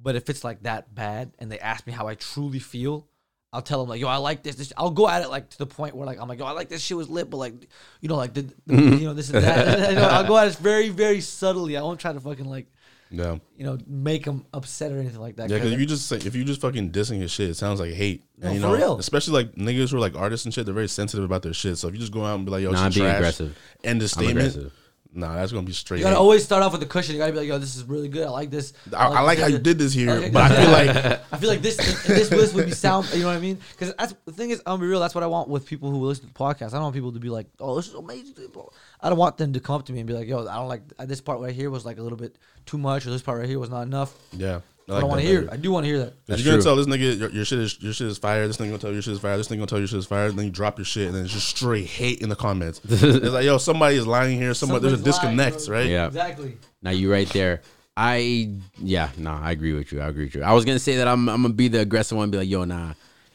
Speaker 4: But if it's like that bad, and they ask me how I truly feel, I'll tell them like, "Yo, I like this." this I'll go at it like to the point where like I'm like, "Yo, I like this shit was lit," but like, you know, like the,
Speaker 5: <laughs>
Speaker 4: the- you know this and that. <laughs> You know, I'll go at it very very subtly. I won't try to fucking like
Speaker 5: Yeah,
Speaker 4: you know make them upset or anything like that.
Speaker 5: yeah.
Speaker 4: 'cause
Speaker 5: Because if you just say, if you just fucking dissing his shit, it sounds like hate.
Speaker 4: No,
Speaker 5: and, you
Speaker 4: for
Speaker 5: know,
Speaker 4: real.
Speaker 5: Especially like niggas who are like artists and shit. They're very sensitive about their shit. So if you just go out and be like, yo,
Speaker 3: Nah,
Speaker 5: nah,
Speaker 3: I'm
Speaker 5: shit
Speaker 3: being
Speaker 5: trash,
Speaker 3: aggressive.
Speaker 5: end the statement.
Speaker 3: aggressive.
Speaker 5: Nah, that's gonna be straight.
Speaker 4: You gotta
Speaker 5: hate.
Speaker 4: always start off with the cushion. You gotta be like, "Yo, this is really good. I like this."
Speaker 5: I, I like how you did this here,
Speaker 4: Okay,
Speaker 5: but I feel like
Speaker 3: <laughs>
Speaker 4: I feel like this this list would be sound. You know what I mean? Because that's the thing is, I'm gonna be real. That's what I want with people who listen to the podcast. I don't want people to be like, "Oh, this is amazing." blah. I don't want them to come up to me and be like, "Yo, I don't like uh, this part right here was like a little bit too much, or this part right here was not enough."
Speaker 5: yeah.
Speaker 4: I, don't want to hear. it. I do want to hear that.
Speaker 5: Because you're gonna tell this nigga your, your shit is your shit is fire. This nigga gonna tell you your shit is fire. This nigga gonna tell you your shit is fire. And then you drop your shit, and then it's just straight hate in the
Speaker 3: <laughs>
Speaker 5: comments. it's like, yo, somebody is lying here. Somebody, there's a
Speaker 4: Somebody's lying,
Speaker 5: disconnect,
Speaker 4: bro.
Speaker 5: right?
Speaker 3: Yeah.
Speaker 4: Exactly.
Speaker 3: Now you right there. I yeah, nah, I agree with you. I agree with you. I was gonna say that I'm I'm gonna be the aggressive one, be like, yo, nah,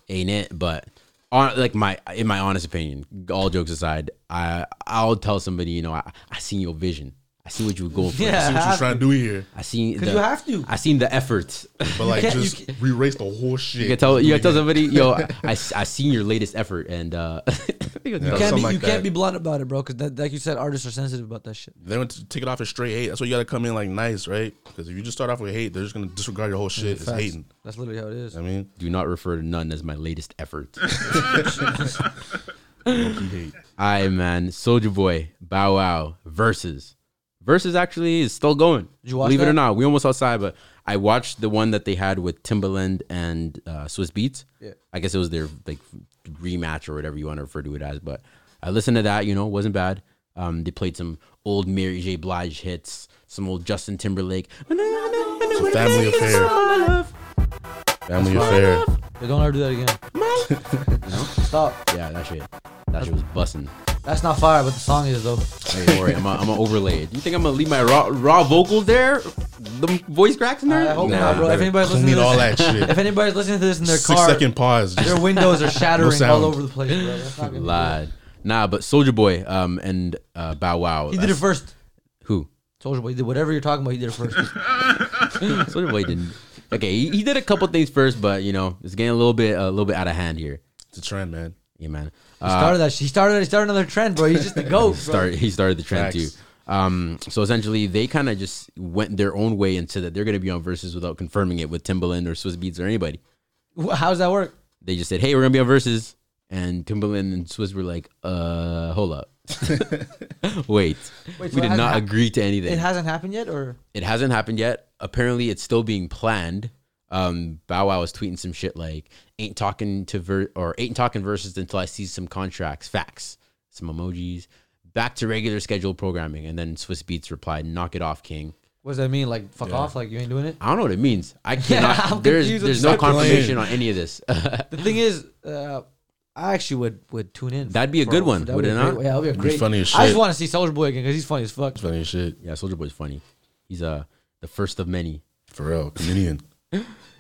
Speaker 3: ain't it? But on like my in my honest opinion, all jokes aside, I I'll tell somebody, you know, I, I seen your vision. I see what you were going for.
Speaker 5: See what
Speaker 4: Yeah.
Speaker 5: you're trying to do here,
Speaker 3: I seen
Speaker 4: 'Cause
Speaker 3: the-
Speaker 4: you have to.
Speaker 3: I seen the efforts.
Speaker 5: but like
Speaker 4: can't- <laughs> you
Speaker 5: just erase the whole shit.
Speaker 3: You can tell you can tell somebody, yo, I, I seen your latest effort and uh <laughs>
Speaker 5: Yeah.
Speaker 3: you
Speaker 4: You can't be
Speaker 5: Something like
Speaker 4: you can't
Speaker 5: that.
Speaker 4: be blunt about it, bro. Because like you said, artists are sensitive about that shit.
Speaker 5: They want to take it off as straight hate. That's why you got to come in like nice, right? Because if you just start off with hate, they're just gonna disregard your whole shit. It's
Speaker 4: Facts.
Speaker 5: hating.
Speaker 4: That's literally how it is.
Speaker 5: I mean,
Speaker 3: do not refer to none as my latest effort.
Speaker 5: hate.
Speaker 3: Aye, man. Soldier Boy, Bow Wow versus versus actually is still going.
Speaker 4: Did you watch
Speaker 3: Believe it or
Speaker 4: that?
Speaker 3: not, we almost outside, but I watched the one that they had with Timbaland and uh, Swiss Beats.
Speaker 4: Yeah.
Speaker 3: I guess it was their like rematch or whatever you want to refer to it as. But I listened to that. You know, wasn't bad. Um, they played some old Mary J. Blige hits, some old Justin Timberlake.
Speaker 5: family affair. Family affair.
Speaker 4: Yo, don't ever do that again.
Speaker 5: <laughs>
Speaker 4: Stop.
Speaker 3: Yeah, that shit. That shit was busting.
Speaker 4: That's not fire, but the song is
Speaker 3: <laughs>
Speaker 4: though.
Speaker 3: Don't worry, I'm gonna overlay it. You think I'm gonna leave my raw, raw vocals there? The voice cracks in there?
Speaker 4: I hope
Speaker 3: Nah.
Speaker 4: not, bro. If anybody's listening
Speaker 5: Clean
Speaker 4: to this,
Speaker 5: all that
Speaker 4: <laughs>
Speaker 5: shit.
Speaker 4: if anybody's listening to this in their
Speaker 5: Six
Speaker 4: car,
Speaker 5: second pause.
Speaker 4: their windows
Speaker 3: <laughs>
Speaker 4: are shattering
Speaker 5: sound.
Speaker 4: all over the place, bro. That's not gonna be
Speaker 3: Lied. Nah, but Soldier Boy um, and uh, Bow Wow.
Speaker 4: good. He did it
Speaker 3: that's-
Speaker 4: first.
Speaker 3: Who?
Speaker 4: Soldier boy, he did whatever you're talking about. He did it first.
Speaker 3: Soldier Boy didn't. Okay, he, he did a couple things first, but you know it's getting a little bit a little bit out of hand here.
Speaker 5: It's a trend, man.
Speaker 3: Yeah, man.
Speaker 4: He
Speaker 3: Uh,
Speaker 4: started that. He started. He started another trend, bro. He's just the goat, <laughs> bro.
Speaker 3: start he started the trend
Speaker 5: Facts.
Speaker 3: too. Um, so essentially, they kind of just went their own way and said that they're going to be on verses without confirming it with Timbaland or Swiss Beats or anybody.
Speaker 4: Wh- How does that work?
Speaker 3: They just said, "Hey, we're going to be on verses," and Timbaland and Swiss were like, "Uh, hold
Speaker 4: <laughs>
Speaker 3: up, wait,
Speaker 4: Wait, so
Speaker 3: we
Speaker 4: it
Speaker 3: did
Speaker 4: hasn't
Speaker 3: not
Speaker 4: hap-
Speaker 3: agree to anything."
Speaker 4: It hasn't happened yet, or
Speaker 3: It hasn't happened yet. Apparently, it's still being planned. Um, Bow Wow was tweeting some shit like "ain't talking to ver- or ain't talking verses until I see some contracts, facts, some emojis, back to regular scheduled programming." And then Swiss Beats replied, "Knock it off, King."
Speaker 4: what does that mean? Like fuck off, like you ain't doing it.
Speaker 3: I don't know what it means.
Speaker 4: <laughs>
Speaker 3: I cannot.
Speaker 4: I'm
Speaker 3: there's
Speaker 4: confused
Speaker 3: there's
Speaker 4: with
Speaker 3: no
Speaker 4: that.
Speaker 3: confirmation on any of this. <laughs>
Speaker 4: The thing is, uh, I actually would would tune in.
Speaker 3: That'd be a
Speaker 4: for-
Speaker 3: good one,
Speaker 4: for- that
Speaker 3: would it
Speaker 4: be a great-
Speaker 3: not?
Speaker 4: Yeah, that'd be a
Speaker 5: be
Speaker 4: great.
Speaker 5: funny as
Speaker 4: I
Speaker 5: shit.
Speaker 4: just want to see Soldier Boy again because he's funny as fuck.
Speaker 5: Funny as shit.
Speaker 3: yeah, Soldier Boy's funny. He's uh the first of many.
Speaker 5: For real, comedian.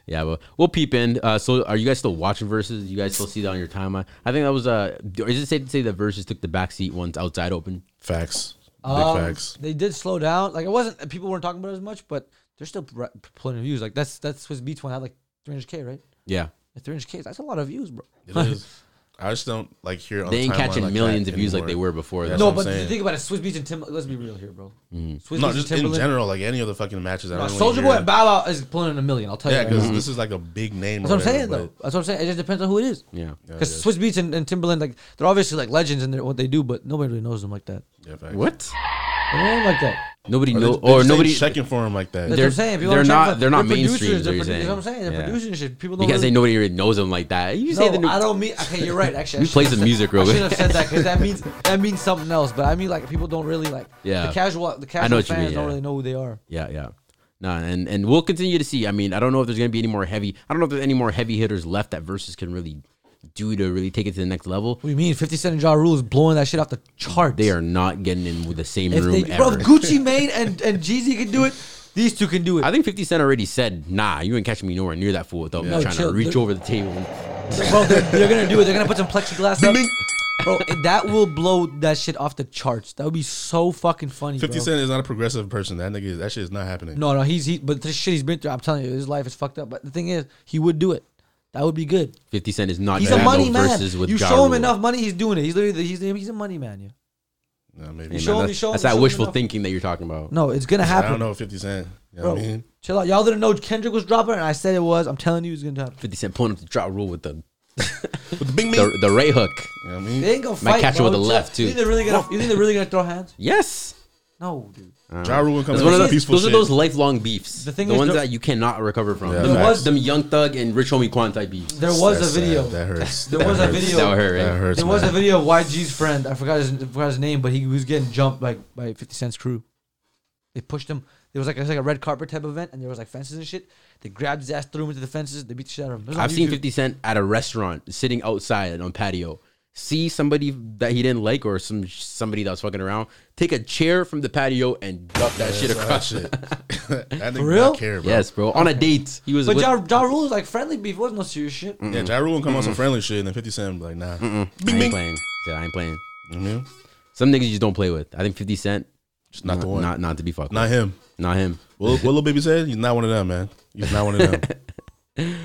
Speaker 3: Yeah, well, we'll peep in. Uh, so, are you guys still watching verses? You guys still see that on your timeline? I think that was. Uh, is it safe to say that verses took the backseat once outside open?
Speaker 5: Facts. Big
Speaker 4: Um,
Speaker 5: facts.
Speaker 4: They did slow down. Like it wasn't people weren't talking about it as much, but they're still pr- plenty of views. Like that's that's Swiss Beats one had like 300k, right?
Speaker 3: Yeah,
Speaker 4: At 300k, that's a lot of views, bro.
Speaker 5: It
Speaker 4: <laughs>
Speaker 5: is. I just don't like hear. it On
Speaker 3: they
Speaker 5: the
Speaker 3: ain't
Speaker 5: timeline
Speaker 3: catching
Speaker 5: like
Speaker 3: millions
Speaker 5: that
Speaker 3: of views like
Speaker 5: anymore.
Speaker 3: they were before.
Speaker 5: Yeah,
Speaker 3: though.
Speaker 4: no,
Speaker 5: what
Speaker 4: but
Speaker 5: I'm saying.
Speaker 4: think about it. Swiss Beats and Timbaland. Let's be real here, bro.
Speaker 3: Mm-hmm.
Speaker 4: Swiss
Speaker 5: No,
Speaker 4: Beats
Speaker 5: just
Speaker 4: and
Speaker 5: in
Speaker 4: Timbaland.
Speaker 5: general, like any of the fucking matches. I
Speaker 4: No,
Speaker 5: don't really
Speaker 4: Soldier
Speaker 5: hear
Speaker 4: Boy
Speaker 5: it.
Speaker 4: and Bow Wow is pulling in a million. I'll tell
Speaker 5: Yeah,
Speaker 4: you. Right
Speaker 5: because
Speaker 4: now.
Speaker 5: this is like a big name.
Speaker 4: That's what I'm saying,
Speaker 5: but
Speaker 4: though. That's what I'm saying. It just depends on who it is.
Speaker 3: Yeah. Yeah,
Speaker 4: Because Swiss Beats and, and Timberland, like they're obviously like legends in their, what they do, but nobody really knows them like that.
Speaker 5: Yeah, facts.
Speaker 3: What?
Speaker 4: They don't like that.
Speaker 3: Nobody
Speaker 5: Or,
Speaker 3: know,
Speaker 5: they, they
Speaker 3: or
Speaker 5: just ain't
Speaker 3: nobody
Speaker 5: checking for him like that.
Speaker 4: That's what
Speaker 3: They're-
Speaker 4: I'm saying. People
Speaker 3: they're
Speaker 4: aren't
Speaker 3: not-
Speaker 4: trying to-
Speaker 3: they're not
Speaker 4: producers,
Speaker 3: mainstream, is
Speaker 4: They're
Speaker 3: what you're
Speaker 4: produ- that's what I'm
Speaker 3: saying.
Speaker 4: saying. They're
Speaker 3: Yeah.
Speaker 4: producing shit. People don't
Speaker 3: because they
Speaker 4: really-
Speaker 3: nobody really knows them like that. You say the
Speaker 4: No,
Speaker 3: new,
Speaker 4: I don't mean. Okay, you're right. Actually, I
Speaker 3: We play
Speaker 4: shouldn't
Speaker 3: some
Speaker 4: have
Speaker 3: music
Speaker 4: said-
Speaker 3: real
Speaker 4: I
Speaker 3: quick.
Speaker 4: should have said that because
Speaker 3: <laughs>
Speaker 4: that means that means something else. But I mean, like people don't really like.
Speaker 3: Yeah.
Speaker 4: The casual, the
Speaker 3: I know
Speaker 4: casual
Speaker 3: what you
Speaker 4: fans
Speaker 3: mean, yeah.
Speaker 4: don't really know who they are.
Speaker 3: Yeah, yeah. No, and and we'll continue to see. I mean, I don't know if there's gonna be any more heavy. I don't know if there's any more heavy hitters left that versus can really do to really take it to the next level.
Speaker 4: What do you mean? Fifty Cent and Ja Rule is blowing that shit off the charts.
Speaker 3: They are not getting in with the same
Speaker 4: If
Speaker 3: room
Speaker 4: they, bro,
Speaker 3: ever.
Speaker 4: if Gucci Mane and and Jeezy can do it. These two can do it.
Speaker 3: I think 50 Cent already said, "Nah, you ain't catching me nowhere near that fool without me
Speaker 4: No,
Speaker 3: trying
Speaker 4: chill.
Speaker 3: to reach
Speaker 4: They're-
Speaker 3: over the table."
Speaker 4: Bro, they're, they're gonna do it. They're gonna put some plexiglass up. Bro, and that will blow that shit off the charts. That would be so fucking funny.
Speaker 5: Fifty
Speaker 4: bro.
Speaker 5: Cent is not a progressive person. That nigga, is, that shit is not happening.
Speaker 4: No, no, he's he. But the shit he's been through, I'm telling you, his life is fucked up. But the thing is, he would do it. That would be good.
Speaker 3: 50 Cent is not
Speaker 4: He's
Speaker 3: doing
Speaker 4: a money
Speaker 3: no
Speaker 4: man.
Speaker 3: verses with
Speaker 4: you
Speaker 3: Ja
Speaker 4: show him
Speaker 3: Rule.
Speaker 4: enough money, he's doing it. He's literally the, he's he's a money man. Yeah.
Speaker 5: Nah, maybe.
Speaker 3: Hey,
Speaker 4: show
Speaker 3: man,
Speaker 4: him,
Speaker 3: that's,
Speaker 4: show him,
Speaker 3: that's
Speaker 4: show
Speaker 3: that
Speaker 4: him
Speaker 3: wishful
Speaker 4: enough.
Speaker 3: thinking that you're talking about.
Speaker 4: No, it's gonna
Speaker 5: I
Speaker 4: happen.
Speaker 5: don't know Fifty Cent. You know
Speaker 4: bro.
Speaker 5: what I mean?
Speaker 4: Chill out. Y'all didn't know Kendrick was dropping, and I said it was. I'm telling you, it's gonna happen.
Speaker 3: 50 Cent pulling up the drop rule with the
Speaker 5: <laughs> With the big man.
Speaker 3: the, the Ray hook.
Speaker 5: You know what I mean?
Speaker 4: They ain't gonna
Speaker 3: Might
Speaker 4: fight.
Speaker 3: catch her
Speaker 4: bro.
Speaker 3: with the
Speaker 4: Chill.
Speaker 3: left, too.
Speaker 4: You think they're really gonna? You think they're really gonna throw hands?
Speaker 3: Yes.
Speaker 4: No, dude.
Speaker 5: Ja Rule comes
Speaker 3: That's one of
Speaker 5: some
Speaker 3: those,
Speaker 5: peaceful
Speaker 3: those are
Speaker 5: shit.
Speaker 3: those lifelong beefs. The
Speaker 4: The thing
Speaker 3: the
Speaker 4: is,
Speaker 3: ones
Speaker 4: there-
Speaker 3: that you cannot recover from.
Speaker 5: Yeah,
Speaker 3: There
Speaker 5: facts.
Speaker 3: was them Young Thug and Rich Homie Quan type beefs.
Speaker 4: There was
Speaker 5: That's
Speaker 4: a video.
Speaker 5: sad. That hurts.
Speaker 4: <laughs> There
Speaker 5: That
Speaker 4: was a
Speaker 5: hurts.
Speaker 4: video.
Speaker 3: That would hurt, right?
Speaker 5: That hurts.
Speaker 4: There was a
Speaker 5: man.
Speaker 4: video of YG's friend. I forgot his, I forgot his name, but he was getting jumped by by 50 Cent's crew. They pushed him. There was like, it was like a red carpet type event, and there was like fences and shit. They grabbed his ass, threw him into the fences. They beat the shit out of him. It was on
Speaker 3: I've seen
Speaker 4: YouTube.
Speaker 3: 50 Cent at a restaurant sitting outside on patio. See somebody that he didn't like or some somebody that was fucking around, take a chair from the patio and drop that shit
Speaker 4: <laughs>
Speaker 5: That
Speaker 3: across.
Speaker 5: shit. That nigga
Speaker 4: real?
Speaker 5: not care, bro.
Speaker 3: Yes, bro. On a date. He was
Speaker 4: But
Speaker 3: with,
Speaker 4: ja, ja Rule was like friendly beef. It wasn't no serious shit.
Speaker 3: Mm.
Speaker 5: Yeah, Ja Rule come on some friendly shit, and then Fifty Cent be like, nah. You
Speaker 3: I ain't playing. Yeah, I ain't playing.
Speaker 5: know what I mean?
Speaker 3: Some niggas you just don't play with. I think 50 Cent
Speaker 5: Just not the one.
Speaker 3: Not, not to be fucked
Speaker 5: Not
Speaker 3: with.
Speaker 5: him.
Speaker 3: Not him.
Speaker 5: What, what little baby said? He's not one of them, man. He's not one of them.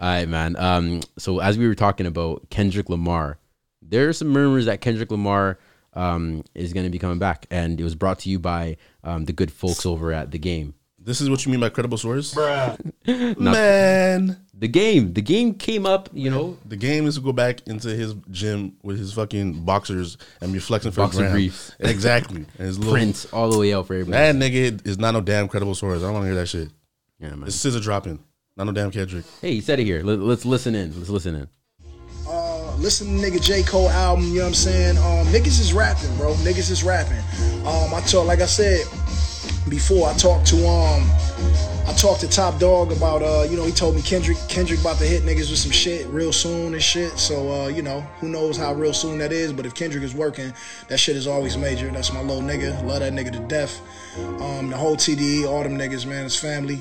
Speaker 3: All right, man. Um, so as we were talking about Kendrick Lamar, there are some murmurs that Kendrick Lamar um, is going to be coming back, and it was brought to you by um, the good folks over at the game.
Speaker 5: This is what you mean by credible source, man.
Speaker 3: The game, the game came up, you know,
Speaker 5: The game is to go back into his gym with his fucking boxers and be flexing for
Speaker 3: Boxer
Speaker 5: the gram.
Speaker 3: briefs.
Speaker 5: <laughs> Exactly. And his little
Speaker 3: prints all the way out for everybody.
Speaker 5: That nigga is not no damn credible source. I don't want to hear that shit.
Speaker 3: Yeah, man.
Speaker 5: It's scissor dropping. Not no damn Kendrick.
Speaker 3: Hey, he said it here. Let, let's listen in. Let's listen in.
Speaker 7: Uh, listen to nigga J. Cole album, you know what I'm saying? Um, niggas is rapping, bro. Niggas is rapping. Um, I talk, like I said before, I talked to, um, I talked to Top Dog about, uh, you know, he told me Kendrick, Kendrick about to hit niggas with some shit real soon and shit. So, uh, you know, who knows how real soon that is, but if Kendrick is working, that shit is always major. That's my little nigga. Love that nigga to death. Um, the whole TDE, all them niggas, man, it's family.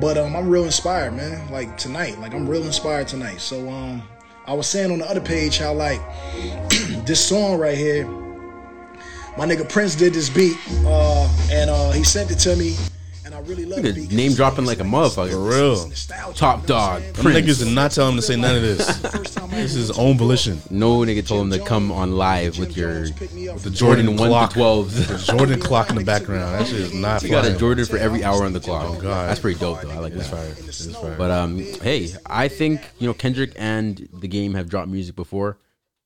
Speaker 7: But, um, I'm real inspired, man. Like tonight, like I'm real inspired tonight. So, um, I was saying on the other page how like this song right here, my nigga Prince did this beat, uh, and uh, he sent it to me, and I really love
Speaker 3: Nigga,
Speaker 7: it. because
Speaker 3: name
Speaker 7: it's-
Speaker 3: dropping
Speaker 7: it's
Speaker 3: like a motherfucker.
Speaker 5: For real.
Speaker 7: nostalgia, you know what
Speaker 3: Top
Speaker 7: I'm
Speaker 3: dog,
Speaker 7: saying?
Speaker 5: Them
Speaker 3: Prince.
Speaker 5: niggas did not tell him to say none of this.
Speaker 7: First time I ever
Speaker 5: This is his
Speaker 7: went to
Speaker 5: own
Speaker 7: the
Speaker 5: volition.
Speaker 3: No nigga told him to
Speaker 7: Jim
Speaker 3: come
Speaker 7: Jones-
Speaker 3: on live
Speaker 7: Jim
Speaker 3: with your
Speaker 7: Jones picked me up
Speaker 5: with the
Speaker 7: from
Speaker 5: Jordan
Speaker 7: Jordan
Speaker 3: one
Speaker 5: clock.
Speaker 3: to twelves.
Speaker 5: The Jordan clock in the background. That shit is not
Speaker 7: You
Speaker 3: You got
Speaker 5: fire.
Speaker 3: a Jordan for every hour on the clock.
Speaker 5: Oh, God.
Speaker 3: That's pretty dope, though. I like
Speaker 5: It's
Speaker 3: that.
Speaker 5: fire. It's fire.
Speaker 3: But um, hey, I think you know Kendrick and the game have dropped music before.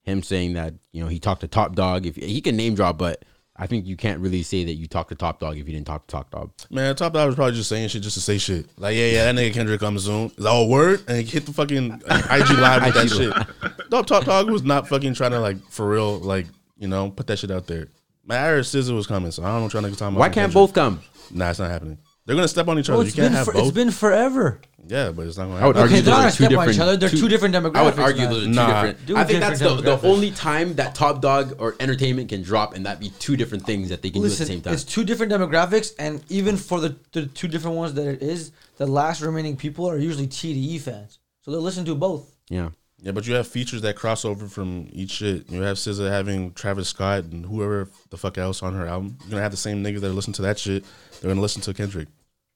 Speaker 3: Him saying that you know he talked to Top Dog. If he can name drop, but I think you can't really say that you talked to Top Dog if you didn't talk to Top Dog.
Speaker 5: Man, Top Dog was probably just saying shit just to say shit. Like, yeah, yeah, that nigga Kendrick comes soon. It's all word, and he hit the fucking uh, IG live with that
Speaker 3: IG live.
Speaker 5: shit. No, Top Dog was not fucking trying to like for real, like you know, put that shit out there. My Irish Scissor was coming, so I don't know what y'all niggas talking about.
Speaker 3: Why
Speaker 5: from
Speaker 3: can't
Speaker 5: Kendrick.
Speaker 3: both come? Oh,
Speaker 5: Nah, it's not happening. They're gonna step on each other.
Speaker 4: Bro,
Speaker 5: you
Speaker 4: it's
Speaker 5: can't
Speaker 4: been
Speaker 5: have
Speaker 4: for,
Speaker 5: both.
Speaker 4: it's been forever.
Speaker 5: yeah, but it's not gonna
Speaker 3: I would
Speaker 5: happen.
Speaker 4: Okay,
Speaker 3: argue
Speaker 4: they're
Speaker 3: those
Speaker 4: not
Speaker 3: are
Speaker 4: gonna step
Speaker 3: two
Speaker 4: on
Speaker 3: different.
Speaker 4: each other. They're two different
Speaker 3: I would
Speaker 4: demographics,
Speaker 3: argue
Speaker 4: man.
Speaker 3: those are two
Speaker 5: Nah.
Speaker 3: different.
Speaker 4: Dude,
Speaker 3: I think that's the, the
Speaker 4: different
Speaker 3: only time that Top Dog or entertainment can drop, and that be two different things that they can do at the same
Speaker 4: Listen,
Speaker 3: time.
Speaker 4: it's two different demographics, and even for the, the two different ones that it is, the last remaining people are usually TDE fans. So they'll listen to both.
Speaker 3: yeah.
Speaker 5: Yeah, but you have features that cross over from each shit. You have SZA having Travis Scott and whoever the fuck else on her album. You're gonna have the same niggas that listen to that shit. They're gonna listen to Kendrick.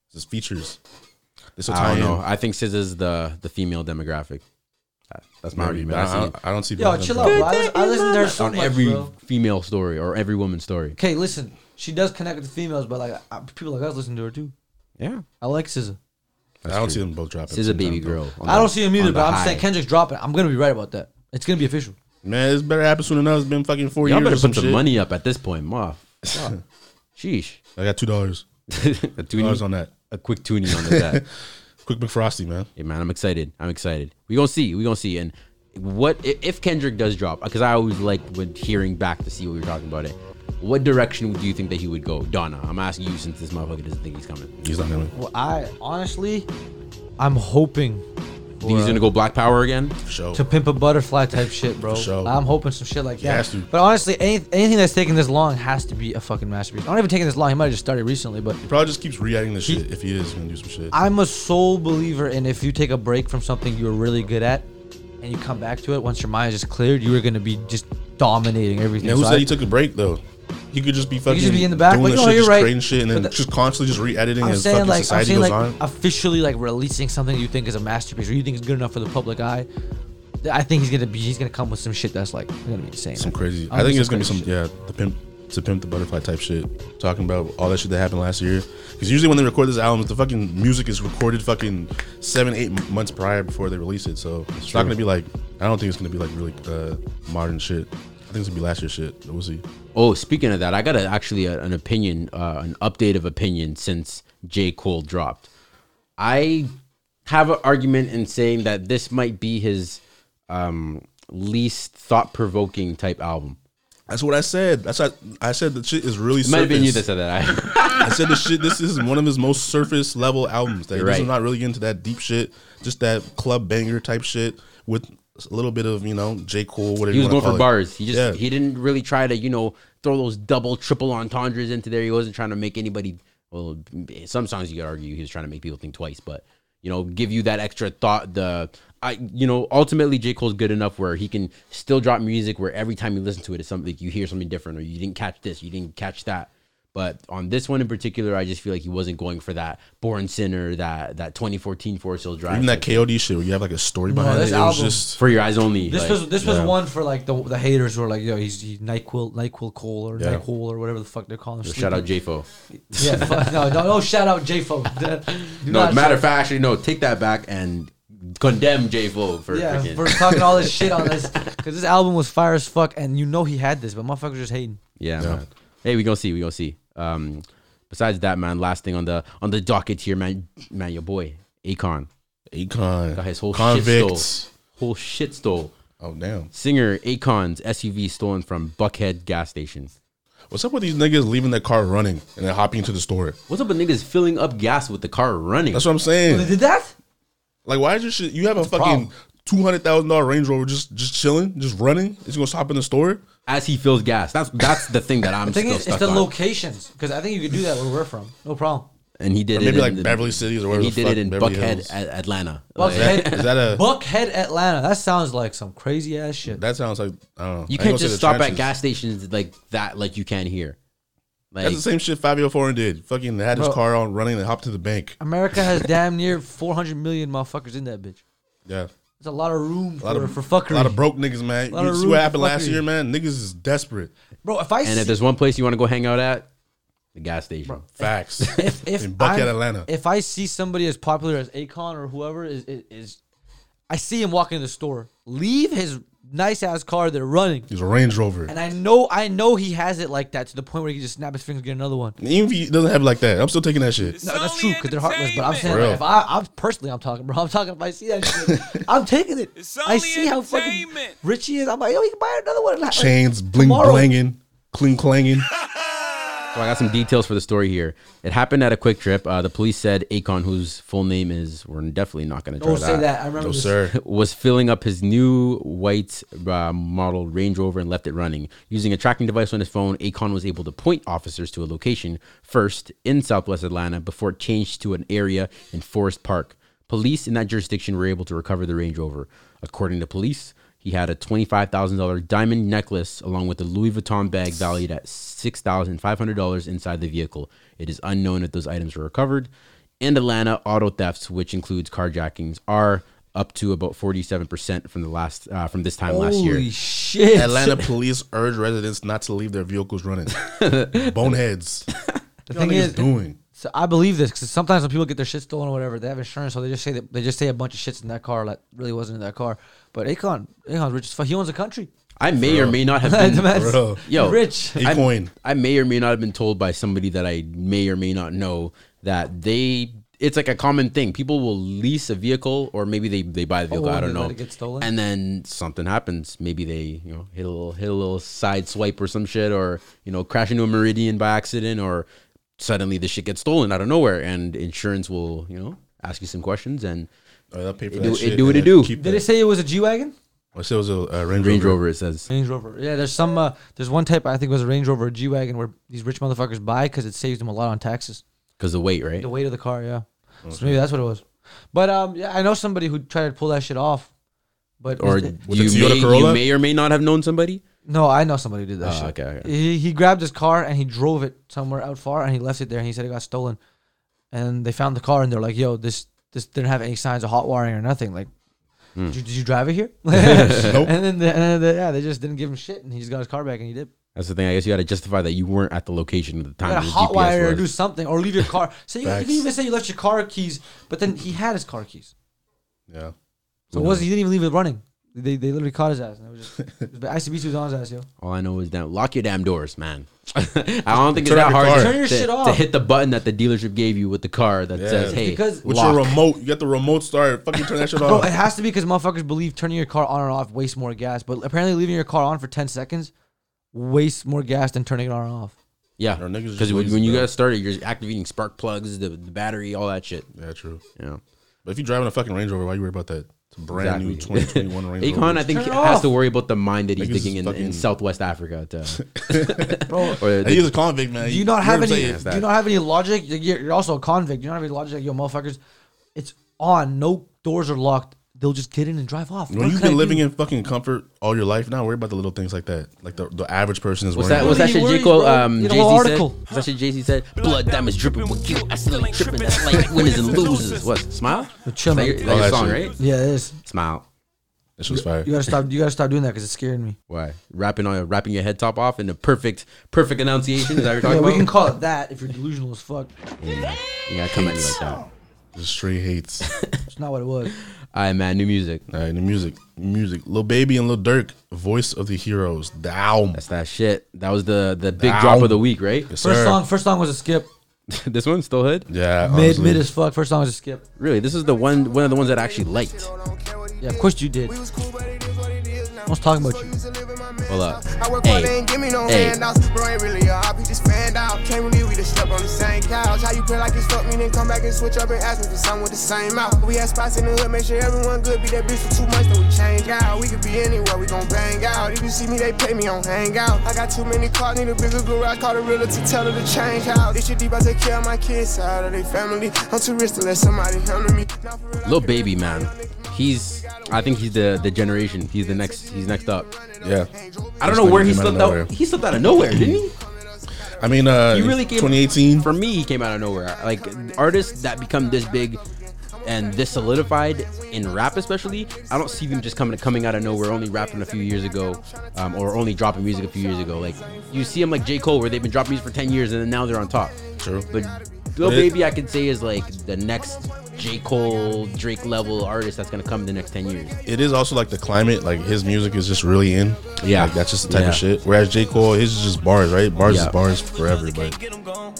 Speaker 5: It's just features. This will
Speaker 3: I
Speaker 5: tie
Speaker 3: don't
Speaker 5: in.
Speaker 3: know. I think SZA's the the female demographic. That's my
Speaker 5: Maybe,
Speaker 3: argument.
Speaker 5: but
Speaker 3: I see
Speaker 5: I,
Speaker 3: it.
Speaker 5: I, I don't see.
Speaker 4: Yo,
Speaker 5: both of them
Speaker 4: chill out. Bro.
Speaker 5: dropping.
Speaker 4: I listen, I listen to her so
Speaker 3: on
Speaker 4: much,
Speaker 3: every
Speaker 4: bro.
Speaker 3: female story or every woman's story.
Speaker 4: Okay, listen. She does connect with the females, but like I, people like us listen to her too.
Speaker 3: Yeah,
Speaker 4: I like SZA.
Speaker 5: I don't see them both dropping. at
Speaker 3: SZA
Speaker 5: the same
Speaker 3: baby
Speaker 5: time,
Speaker 3: girl. on
Speaker 4: I
Speaker 3: the-
Speaker 4: don't see him either,
Speaker 3: on the
Speaker 4: but I'm
Speaker 3: high.
Speaker 4: saying Kendrick's dropping. I'm gonna be right about that. It's gonna be official.
Speaker 5: though. Man, this better happen soon enough. It's been fucking 4
Speaker 3: Y'all
Speaker 5: years.
Speaker 3: better
Speaker 5: or some
Speaker 3: put some
Speaker 5: shit.
Speaker 3: money up at this point,
Speaker 4: <laughs>
Speaker 3: ma. Fuck. Sheesh, <laughs>
Speaker 5: I got two dollars. Two
Speaker 3: a toonie,
Speaker 5: dollars on that.
Speaker 3: a quick toonie on the that.
Speaker 5: Quick McFrosty, man.
Speaker 3: Yeah, man, I'm excited. I'm excited. We gonna see. We gonna see. And what i- if Kendrick does drop? Because I always like when hearing back to see what we were talking about. It. What direction do you think that he would go, Donna? I'm asking you since this motherfucker doesn't think he's coming. Do
Speaker 5: He's not coming.
Speaker 4: Well, I honestly, I'm hoping
Speaker 3: you think he's gonna go Black Power again?
Speaker 5: For sure.
Speaker 4: to pimp a butterfly type shit, bro.
Speaker 5: sure.
Speaker 4: I'm hoping some shit like
Speaker 5: has
Speaker 4: that.
Speaker 5: to.
Speaker 4: But honestly, any, anything that's taken this long has to be a fucking masterpiece. Not even taking this long. He might have just started recently, but
Speaker 5: Probably just keeps re-adding this shit if he is gonna do some shit.
Speaker 4: I'm a sole believer in if you take a break from something you're really good at, and you come back to it once your mind is just cleared, you are gonna be just dominating everything.
Speaker 5: Yeah, who
Speaker 4: So
Speaker 5: said
Speaker 4: I-
Speaker 5: he took a break though? He could just be fucking.
Speaker 4: just be in the back,
Speaker 5: doing
Speaker 4: but
Speaker 5: the
Speaker 4: no,
Speaker 5: shit,
Speaker 4: you're
Speaker 5: just
Speaker 4: right.
Speaker 5: creating shit and then
Speaker 4: But the-
Speaker 5: just constantly just re-editing
Speaker 4: I'm
Speaker 5: as
Speaker 4: saying
Speaker 5: fucking
Speaker 4: like I'm
Speaker 5: society
Speaker 4: saying
Speaker 5: goes
Speaker 4: like
Speaker 5: on.
Speaker 4: officially like releasing something you think is a masterpiece or you think is good enough for the public eye. th- I think he's gonna be he's gonna come with some shit that's like gonna be insane.
Speaker 5: Some crazy.
Speaker 4: I'm
Speaker 5: I think
Speaker 4: just
Speaker 5: it's gonna be some
Speaker 4: crazy
Speaker 5: yeah, the pimp to pimp the butterfly type shit. Talking about all that shit that happened last year. Because usually when they record this album, the fucking music is recorded fucking seven, eight m- months prior before they release it. So it's not gonna be like. I don't think it's gonna be like really uh, modern shit. I think it's gonna be last year's shit. But We'll see.
Speaker 3: Oh, speaking of that, I got a, actually a, an opinion, uh, an update of opinion since J. Cole dropped. I have an argument in saying that this might be his um, least thought provoking type album.
Speaker 5: That's what I said. That's what I, I said. The shit is really.
Speaker 3: It might have been you
Speaker 5: surface.
Speaker 3: that said that. I,
Speaker 5: I said this shit. This is one of his most surface level albums. That
Speaker 3: You're
Speaker 5: this
Speaker 3: right.
Speaker 5: is not really into that deep shit. Just that club banger type shit with a little bit of you know J Cole. Whatever
Speaker 3: he
Speaker 5: you
Speaker 3: was
Speaker 5: wanna
Speaker 3: going for
Speaker 5: call it.
Speaker 3: bars. He just
Speaker 5: Yeah.
Speaker 3: he didn't really try to you know throw those double triple entendres into there. He wasn't trying to make anybody. Well, some songs you could argue he was trying to make people think twice, but you know give you that extra thought. The I you know ultimately J Cole's good enough where he can still drop music where every time you listen to it it's something you hear something different or you didn't catch this, you didn't catch that. But on this one in particular, I just feel like he wasn't going for that Born Sinner, that that 2014 Four Seal Drive,
Speaker 5: Even that KOD shit where you have like a story behind
Speaker 4: this
Speaker 5: it. It was
Speaker 4: album-
Speaker 5: just
Speaker 3: for your eyes only.
Speaker 4: This
Speaker 3: like-
Speaker 4: was this was one for like the the haters who are like, yo, he's he Nyquil Nyquil Cole or Nyquil or whatever the fuck they're calling him.
Speaker 3: shout out
Speaker 4: Sleepy.
Speaker 3: JFO.
Speaker 4: Yeah,
Speaker 5: <laughs>
Speaker 4: fuck, no, no, no, shout out J <laughs> Fo.
Speaker 3: No, matter of fact, actually, no, take that back and condemn J Flo for
Speaker 4: Yeah,
Speaker 3: freaking.
Speaker 4: for talking all this shit on
Speaker 5: <laughs>
Speaker 4: this because this album was fire as fuck, and you know he had this, but motherfuckers just hating.
Speaker 3: yeah, man. Hey, we gonna see, we gonna see. Um, besides that, man, last thing on the on the docket here, man, man, your boy Akon
Speaker 5: Akon
Speaker 3: got his whole shit
Speaker 5: convicts.
Speaker 3: stole, whole shit stole.
Speaker 5: Oh damn!
Speaker 3: Singer Akon's SUV stolen from Buckhead gas station.
Speaker 5: What's up with these niggas leaving their car running and then hopping into the store?
Speaker 3: What's up with niggas filling up gas with the car running?
Speaker 5: That's what I'm
Speaker 4: They
Speaker 5: saying.
Speaker 4: did that?
Speaker 5: Like, why is your shit? You have a fucking two hundred thousand dollar Range Rover just just chilling, just running. It's gonna stop in the store.
Speaker 3: As he fills gas, that's that's
Speaker 5: <laughs>
Speaker 3: the thing that I'm
Speaker 4: The thing
Speaker 3: still
Speaker 4: is, it's
Speaker 3: stuck
Speaker 4: the
Speaker 3: on.
Speaker 4: locations because I think you could do that where we're from, no problem.
Speaker 3: and he did it
Speaker 5: maybe
Speaker 3: in
Speaker 5: like
Speaker 3: the-
Speaker 5: Beverly Cities or
Speaker 3: and
Speaker 5: wherever
Speaker 3: He
Speaker 5: the
Speaker 3: did
Speaker 5: fuck
Speaker 3: it in
Speaker 5: Beverly
Speaker 3: Buckhead,
Speaker 5: Hills.
Speaker 3: A- Atlanta. Like-
Speaker 4: Buckhead,
Speaker 5: Is that a-
Speaker 4: Buckhead, Atlanta? That sounds like some crazy ass shit.
Speaker 5: That sounds like I don't know. I
Speaker 3: You
Speaker 5: ain't
Speaker 3: can't
Speaker 5: gonna say
Speaker 3: just
Speaker 5: the
Speaker 3: stop at
Speaker 5: trenches.
Speaker 3: gas stations like that, like you can here. Like,
Speaker 5: That's the same shit Fabio Foreign did. Fucking had his
Speaker 4: Bro.
Speaker 5: car on running and hopped to the bank.
Speaker 4: America has damn near 400 million motherfuckers in that bitch.
Speaker 5: Yeah.
Speaker 4: There's a lot of room
Speaker 5: A lot,
Speaker 4: for,
Speaker 5: of,
Speaker 4: for fuckery.
Speaker 5: a lot of broke niggas, man.
Speaker 4: Lot
Speaker 5: You
Speaker 4: of
Speaker 5: see
Speaker 4: rude
Speaker 5: what happened last
Speaker 4: fuckery.
Speaker 5: year, man? Niggas is desperate.
Speaker 4: Bro, if I
Speaker 3: and if
Speaker 4: see,
Speaker 3: there's one place you want to go hang out at, the gas station.
Speaker 5: Facts.
Speaker 4: <laughs> if, if
Speaker 5: in Buckhead,
Speaker 4: I'm-
Speaker 5: Atlanta.
Speaker 4: if I see somebody as popular as Akon or whoever is, is, is I see him walk in the store, leave his nice ass car there running,
Speaker 5: He's a Range Rover.
Speaker 4: and I know I know he has it like that to the point where he can just snap his fingers and get another one.
Speaker 5: Even if he doesn't have it like that, I'm still taking that shit.
Speaker 4: No, that's true because they're heartless. But I'm saying,
Speaker 5: For real.
Speaker 4: like, if I, I'm personally, I'm talking, bro. I'm talking. If I see that
Speaker 5: <laughs>
Speaker 4: shit, I'm taking it. I
Speaker 8: only
Speaker 4: see how fucking
Speaker 8: entertainment.
Speaker 4: rich he is. I'm like, yo, he can buy another one. Like,
Speaker 5: Chains bling
Speaker 4: tomorrow- <laughs>
Speaker 5: blanging, cling clanging.
Speaker 3: So I got some details for the story here. It happened at a quick trip. Uh, the police said Akon, whose full name is, we're definitely not going to try
Speaker 4: Don't say that. I remember
Speaker 5: No,
Speaker 4: this.
Speaker 5: sir.
Speaker 3: was filling up his new white uh, model Range Rover and left it running. Using a tracking device on his phone, Akon was able to point officers to a location first in southwest Atlanta before it changed to an area in Forest Park. Police in that jurisdiction were able to recover the Range Rover. According to police, he had a $25,000 diamond necklace along with a Louis Vuitton bag valued at $6,500 inside the vehicle. It is unknown if those items were recovered. In Atlanta, auto thefts, which includes carjackings, are up to about 47% from the last uh, from this time last
Speaker 4: Holy
Speaker 3: year.
Speaker 4: shit.
Speaker 5: Atlanta police urge residents not to leave their vehicles
Speaker 3: <laughs>
Speaker 5: running.
Speaker 4: <laughs>
Speaker 5: Boneheads.
Speaker 4: The
Speaker 5: What are
Speaker 4: thing
Speaker 5: niggas
Speaker 4: is,
Speaker 5: doing?
Speaker 4: so I believe this because sometimes when people get their shit stolen or whatever, they have insurance, so they just say that they just say a bunch of shits in that car that really wasn't in that car. But Akon, Akon's rich as fuck. He owns a country. <laughs>
Speaker 3: I may or may not have
Speaker 4: The
Speaker 3: been
Speaker 4: man's
Speaker 5: Bro.
Speaker 3: Yo.
Speaker 4: rich.
Speaker 5: He
Speaker 3: I-
Speaker 5: coined.
Speaker 3: I may or may not have been told by somebody that I may or may not know that they it's like a common thing. People will lease a vehicle or maybe they, they buy the vehicle.
Speaker 4: Oh,
Speaker 3: I
Speaker 4: and
Speaker 3: don't
Speaker 4: they
Speaker 3: know.
Speaker 4: let it get stolen?
Speaker 3: And then something happens. Maybe they, you know, hit a little hit a little side swipe or some shit or, you know, crash into a meridian by accident or suddenly the shit gets stolen out of nowhere and insurance will, you know, ask you some questions and
Speaker 5: Oh, they'll pay for
Speaker 3: It
Speaker 5: that
Speaker 3: do- it
Speaker 5: shit
Speaker 3: do what
Speaker 5: and
Speaker 3: it
Speaker 5: then
Speaker 3: do.
Speaker 5: keep
Speaker 4: <laughs> Did
Speaker 5: that.
Speaker 4: it say it was a G wagon?
Speaker 5: I said it was a uh, Range,
Speaker 3: Range
Speaker 5: Rover.
Speaker 3: Rover it says.
Speaker 4: Range Rover. Yeah, there's some. Uh, there's one type I think was a Range Rover, or G wagon, where these rich motherfuckers buy because it saves them a lot on taxes.
Speaker 3: Because the weight, right?
Speaker 4: The weight of the car, yeah. So maybe that's what it was. But um, yeah, I know somebody who tried to pull that shit off. But
Speaker 3: Or
Speaker 5: With the
Speaker 3: you
Speaker 5: Toyota
Speaker 3: may, you
Speaker 5: Corolla?
Speaker 3: may or may not have known somebody.
Speaker 4: no, I know somebody who did that
Speaker 3: Oh,
Speaker 4: shit.
Speaker 3: okay, okay.
Speaker 4: He, he grabbed his car and he drove it somewhere out far and he left it there and he said it got stolen. And they found the car and they're like, "Yo, this this didn't have any signs of hot wiring or nothing. Like,
Speaker 3: Hmm.
Speaker 4: did, you, did you drive it
Speaker 3: <laughs>
Speaker 4: here?" And then the, and then the, yeah, they just didn't give him shit and he just got his car back and he did.
Speaker 3: That's the thing. I guess you got to justify that you weren't at the location at the time.
Speaker 4: You gotta
Speaker 3: the
Speaker 4: hot
Speaker 3: GPS
Speaker 4: wire or
Speaker 3: was.
Speaker 4: do something or leave your
Speaker 3: <laughs>
Speaker 4: car. So you, you can
Speaker 5: Facts.
Speaker 4: even say you left your car keys, but then he had his car keys.
Speaker 5: Yeah.
Speaker 4: So it was he didn't even leave it running. They, they literally caught his ass. And it was just but ICBC was on his ass, yo.
Speaker 3: All I know is that lock your damn doors, man. <laughs> I don't think it's
Speaker 5: Turn
Speaker 3: that
Speaker 5: off your
Speaker 3: hard
Speaker 5: car.
Speaker 3: to,
Speaker 4: Turn your
Speaker 3: to-
Speaker 4: shit
Speaker 3: to
Speaker 4: off.
Speaker 3: hit the button that the dealership gave you with the car that
Speaker 5: Yeah.
Speaker 3: says,
Speaker 5: It's
Speaker 3: "Hey,
Speaker 4: because-
Speaker 5: With
Speaker 3: lock."
Speaker 5: your remote, you got the remote start. Fucking turn
Speaker 4: <laughs>
Speaker 5: that shit
Speaker 4: Bro,
Speaker 5: off.
Speaker 4: it has to be because motherfuckers believe turning your car on or off wastes more gas. But apparently, leaving your car on for ten seconds wastes more gas than turning it on and off.
Speaker 3: yeah,
Speaker 5: Our niggas
Speaker 3: because
Speaker 5: just
Speaker 3: when,
Speaker 5: lazy,
Speaker 3: when you
Speaker 5: bro.
Speaker 3: guys started, you're activating spark plugs, the, the battery, all that shit.
Speaker 5: yeah, true.
Speaker 3: Yeah,
Speaker 5: But if you're driving a fucking Range Rover, why you worry about that? It's a brand new
Speaker 4: <laughs>
Speaker 3: <laughs>
Speaker 5: 2021 Range Rover.
Speaker 3: Akon, I think
Speaker 4: Turn it
Speaker 3: has
Speaker 4: off.
Speaker 3: to worry about the mine that he's
Speaker 5: Niggas is
Speaker 3: digging in, in
Speaker 5: fucking-
Speaker 3: Southwest Africa. To,
Speaker 4: Bro,
Speaker 3: or
Speaker 5: Hey, he's a convict, man.
Speaker 4: do you not have any?
Speaker 5: Saying?
Speaker 4: Do you not have any logic? Like, You're, you're also a convict. You don't have any logic, like yo, motherfuckers. It's on. No doors are locked. They'll just get in and drive off.
Speaker 5: When you've been living in fucking comfort all your life, now worry about the little things like that. Like the, the average person is
Speaker 3: was
Speaker 5: worrying
Speaker 3: that was
Speaker 5: about.
Speaker 3: that
Speaker 4: Nobody
Speaker 3: shit J
Speaker 4: worries,
Speaker 3: Cole?
Speaker 4: bro.
Speaker 3: Um,
Speaker 4: You
Speaker 3: Jay
Speaker 4: know, whole
Speaker 3: Z said.
Speaker 4: article.
Speaker 3: Was that shit Jay Z said? Blood diamonds dripping with guilt. I still ain't tripping. That's like winners and losers. What? Smile.
Speaker 4: chill,
Speaker 3: That's
Speaker 4: man.
Speaker 3: your- that's your
Speaker 5: that
Speaker 3: song,
Speaker 5: shit.
Speaker 3: right?
Speaker 4: Yeah, it is.
Speaker 3: Smile.
Speaker 5: This was fire.
Speaker 4: You gotta stop. You gotta stop doing that because it's scaring me.
Speaker 3: Why wrapping on wrapping your head top off in the perfect perfect enunciation? Is that what you're
Speaker 4: <laughs>
Speaker 3: talking
Speaker 4: Yeah, we
Speaker 3: about?
Speaker 4: can call it that if you're delusional as fuck.
Speaker 3: yeah, come at me like that.
Speaker 5: Just straight hates.
Speaker 4: It's not what it was.
Speaker 3: All right, man. New music.
Speaker 5: all right, the music, music. Lil Baby and Lil Durk, Voice of the Heroes. Down.
Speaker 3: That's that shit. That was the the big drop of the week, right? <laughs>
Speaker 5: Yes,
Speaker 4: First
Speaker 5: sir.
Speaker 4: song. First song was a skip.
Speaker 3: this one still hood.
Speaker 5: Yeah.
Speaker 4: Mid,
Speaker 5: honestly.
Speaker 4: mid as fuck. First song was a skip.
Speaker 3: Really, this is the one one of the ones that I actually liked.
Speaker 4: Yeah, of course you did. I was talking about you.
Speaker 3: Hold up.
Speaker 8: I work
Speaker 3: Hey.
Speaker 8: hard, they ain't give me no
Speaker 3: Hey.
Speaker 8: handouts. Bro, ain't really a hobby, just fanned out. Can't believe we just slept on the same couch. How you play like it's fuck me, then come back and switch up and ask me for something with the same mouth. We had spots in the hood, make sure everyone good. Be that bitch for two months, then we change out. We could be anywhere, we gon' bang out. If you see me, they pay me on hangout. I got too many cars, need a bigger garage. Call the realtor to tell her to change out. This shit deep, I take care of my kids, out of their family. I'm too rich to let somebody handle me. Now for real, I
Speaker 3: Lil
Speaker 8: could
Speaker 3: Baby,
Speaker 8: really-
Speaker 3: man. He's I think he's the the generation. He's the next. He's next up.
Speaker 5: Yeah.
Speaker 3: I don't
Speaker 5: This
Speaker 3: know
Speaker 5: nigga
Speaker 3: where he
Speaker 5: came out of
Speaker 3: slipped out.
Speaker 5: nowhere.
Speaker 3: He slipped out of nowhere, didn't he?
Speaker 5: I mean, uh,
Speaker 3: He really came
Speaker 5: 2018.
Speaker 3: For me, he came out of nowhere. Like artists that become this big and this solidified in rap, especially, I don't see them just coming coming out of nowhere, only rapping a few years ago, um, or only dropping music a few years ago. Like you see them like J Cole, where they've been dropping music for ten years and then now they're on top.
Speaker 5: True.
Speaker 3: But Lil
Speaker 5: But it-
Speaker 3: Baby, I can say is like the next J. Cole, Drake level artist that's gonna come in the next ten years.
Speaker 5: It is also like the climate. Like his music is just really in.
Speaker 3: Yeah.
Speaker 5: like, that's just the type
Speaker 3: Yeah.
Speaker 5: of shit. Whereas J Cole, his is just bars, right? Bars
Speaker 3: Yeah.
Speaker 5: is bars forever. But you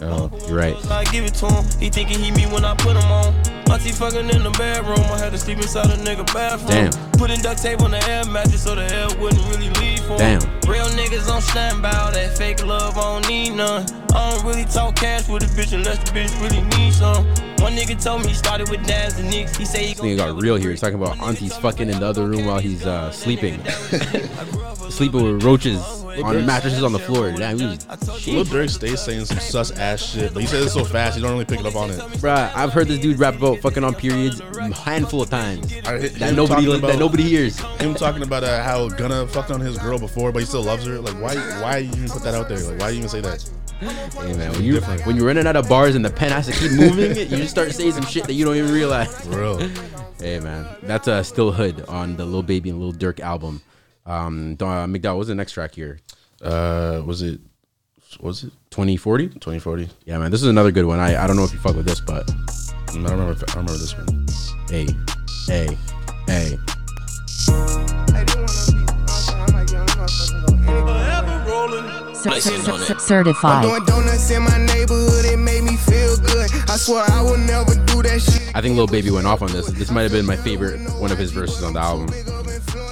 Speaker 5: know,
Speaker 3: You're right.
Speaker 9: I give it to him. He thinking he me when I put him on. Auntie fucking in the bedroom. I had to sleep inside a nigga bathroom.
Speaker 3: Damn.
Speaker 9: Putting duct tape on the air mattress so the air wouldn't really leave for
Speaker 3: Damn.
Speaker 9: him. Real niggas on standby. All that fake love, I don't need none. I don't really talk cash with a bitch unless the bitch really needs some. One nigga told me he started with dads and nicks. He say he
Speaker 3: This nigga got real here. He's talking about aunties fucking in the other room while he's uh, sleeping,
Speaker 5: <laughs>
Speaker 3: sleeping with roaches on mattresses on the floor. Damn, he was-
Speaker 5: Lil Durk stays saying some sus ass shit, but he says it so fast, you don't really pick it up on it.
Speaker 3: Bruh, I've heard this dude rap about fucking on periods a handful of times
Speaker 5: I-
Speaker 3: that
Speaker 5: him
Speaker 3: nobody
Speaker 5: talking
Speaker 3: that
Speaker 5: about-
Speaker 3: nobody hears.
Speaker 5: Him talking about uh, how Gunna fucked on his girl before, but he still loves her. Like, why? Why you even put that out there? Like, why you even say that?
Speaker 3: Hey man, when you when you're running out of bars and the pen has to keep moving, you just start saying some shit that you don't even realize.
Speaker 5: For
Speaker 3: <laughs>
Speaker 5: real.
Speaker 3: Hey man, that's uh, still hood on the Lil Baby and Lil Durk album. Um, Don- uh, McDowell, what's the next track here?
Speaker 5: Uh, was it? Was it
Speaker 3: 2040.
Speaker 5: 2040?
Speaker 3: Yeah man, this is another good one. I, I don't know if you fuck with this, but
Speaker 5: Mm, I don't remember. If, I don't remember this one.
Speaker 3: hey, hey, hey.
Speaker 8: Hey, they wanna be awesome. I'm like, yo, I'm not fucking going anywhere.
Speaker 10: Cer- cer- cer- cer- certified.
Speaker 8: Doing donuts in my neighborhood, it made me feel good. I swear I will never do that shit.
Speaker 3: I think Lil Baby went off on this. This might have been my favorite one of his verses on the album.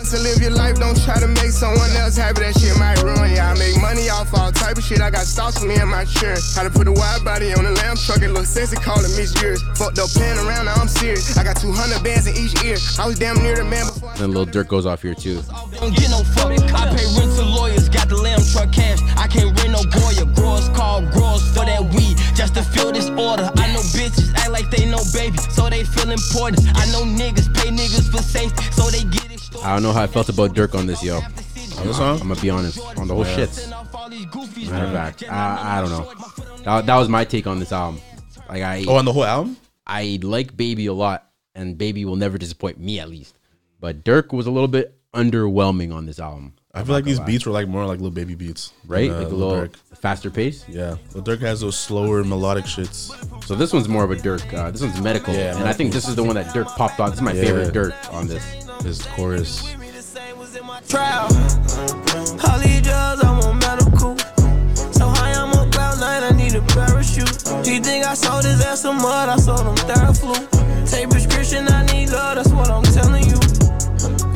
Speaker 8: So live your life, don't try to make someone else happy. That shit might ruin ya. I make money off all type of shit. I got stocks for me and my church. How to put a wide body on a lamb truck, it look sexy, call it Miss Years. Fucked up playing around, now I'm serious. I got 200 bands in each ear. I was damn near the man before. I-
Speaker 3: Then Lil Durk goes off here too.
Speaker 9: Don't get no fuck. I pay rent to lawyers, got the lamb truck cash. I can't rent no Goya. Growers call growers for that weed just to fill this order. I know bitches act like they know baby, so they feel important. I know niggas pay niggas for safety, so they get it.
Speaker 3: I don't know how I felt about Dirk on this, yo.
Speaker 5: On this song?
Speaker 3: I'm gonna be honest on the whole
Speaker 5: Yeah.
Speaker 3: shits. Matter
Speaker 5: Uh-huh.
Speaker 3: of fact, I, I don't know. That, that was my take on this album. Like I,
Speaker 5: Oh, on the whole album?
Speaker 3: I like Baby a lot, and Baby will never disappoint me at least. But Dirk was a little bit underwhelming on this album,
Speaker 5: I feel like these beats were like more like little baby beats,
Speaker 3: right?
Speaker 5: than, uh,
Speaker 3: like a
Speaker 5: Lil
Speaker 3: little
Speaker 5: Durk.
Speaker 3: faster pace.
Speaker 5: Yeah, Lil Durk has those slower melodic shits.
Speaker 3: So this one's more of a Dirk. Uh, this one's medical,
Speaker 5: Yeah,
Speaker 3: and I
Speaker 5: medical.
Speaker 3: think this is the one that Dirk popped on. This is my
Speaker 5: Yeah.
Speaker 3: favorite Dirk on this.
Speaker 5: His chorus.
Speaker 9: Trial. Holly drugs, I'm on medical. So high, I'm on cloud nine, I need a parachute. He think I sold his ass some mud, I sold him Theraflu. Take prescription, I need love, that's what I'm telling you.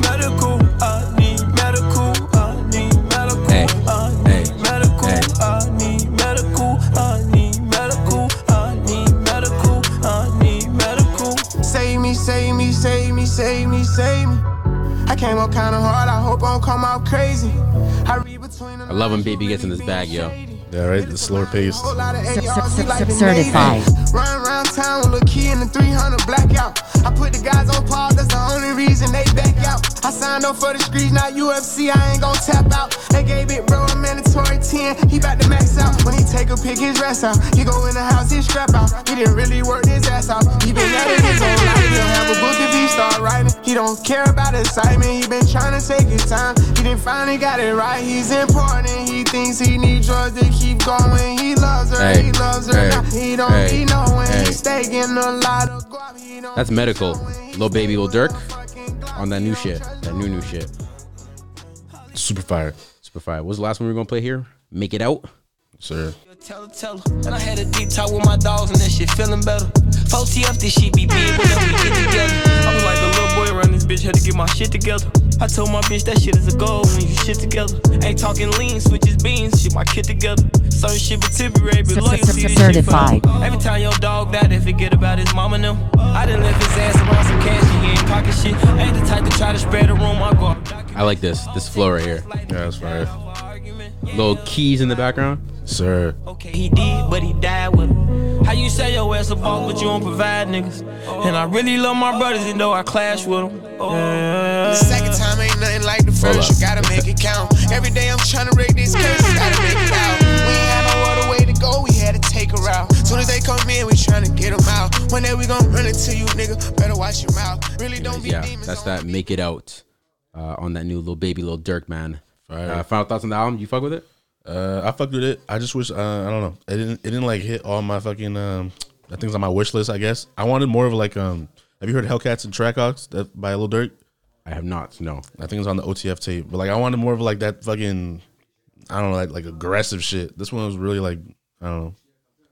Speaker 9: Medical, I need medical, I need medical,
Speaker 3: Hey,
Speaker 9: I
Speaker 3: hey,
Speaker 9: need medical,
Speaker 3: hey.
Speaker 9: I need medical, I need medical, I need medical, I need medical.
Speaker 8: Save me, save me, save me, save me, save me. I came up kinda hard, I hope I don't come out crazy. I read between
Speaker 3: I love when Baby gets in this bag, yo.
Speaker 5: Yeah, right. The slower pace.
Speaker 8: Whole lot of
Speaker 10: Cer- cer-
Speaker 8: ARs, we
Speaker 10: cer-
Speaker 8: like the
Speaker 10: certified.
Speaker 8: Navy. Run around town with a key and a 300 blackout. I put the guys on pause, that's the only reason they back out. I signed up for the streets, not UFC, I ain't gon' tap out. They gave it bro a mandatory 10, he bout to max out. When he take a pick, his rest out. He go in the house, he strap out. He didn't really work his ass out. He been at it his whole life, he'll have a book if he start writing. He don't care about assignment, he been trying to take his time. He done finally got it right, he's important. He thinks he need drugs to keep going, he loves her.
Speaker 3: Hey,
Speaker 8: He loves her
Speaker 3: hey,
Speaker 8: now. He don't
Speaker 3: hey,
Speaker 8: be knowing.
Speaker 3: hey.
Speaker 8: He stay getting a lot of guap. He don't
Speaker 3: That's
Speaker 8: be
Speaker 3: medical.
Speaker 8: knowing. He
Speaker 3: Lil Baby, Lil Durk
Speaker 8: fucking glock.
Speaker 3: on that new shit, that new new shit.
Speaker 5: Super fire,
Speaker 3: Super fire. What's the last one we are gonna play here? Make it out.
Speaker 5: sir.
Speaker 9: Tell her, tell her. And I had a deep talk with my dogs and that shit feeling better. 4TF, this shit be big whenever we get together. I was like a little boy around this bitch, had to get my shit together. I told my bitch that shit is a goal when you shit together. Ain't talking lean, switches beans, shit my kid together. Certain shit be temporary, but
Speaker 10: Cer-
Speaker 9: loyalty
Speaker 10: cer-
Speaker 9: this shit
Speaker 10: certified.
Speaker 9: forever. Every time your dog died, they forget about his mama and them. I done left his ass around some cash and he ain't pocket shit. Ain't the type to try to spread the room, I go.
Speaker 3: I like this. This flow right here.
Speaker 5: Yeah, that's fire,
Speaker 3: Little keys in the background.
Speaker 5: sir.
Speaker 9: Okay, he did, but he died with him. How you say your ass a boss, but you don't provide niggas? And I really love my brothers, even though I clash with them.
Speaker 8: The second time ain't nothing like the first. You gotta make it count. Every day I'm tryna to rake this case. Gotta make it out. We ain't had no other way to go. We had to take her out. Soon as they come in, we tryna get 'em out. One day we gon' run into you, nigga. Better watch your mouth. Really don't be
Speaker 3: Yeah,
Speaker 8: demons.
Speaker 3: that's
Speaker 8: don't
Speaker 3: that. Make it out uh, on that new little baby, little Dirk man.
Speaker 5: Fire.
Speaker 3: Uh, final thoughts on the album? You fuck with it?
Speaker 5: Uh, I fucked with it. I just wish uh, I don't know. It didn't. It didn't like hit all my fucking um, That thing's on my wish list, I guess. I wanted more of like um. Have you heard Hellcats and Trackhawks that by Lil Durk?
Speaker 3: I have not. No,
Speaker 5: I think it's on the OTF tape. But like, I wanted more of like that fucking, I don't know, like like aggressive shit. This one was really like I don't know,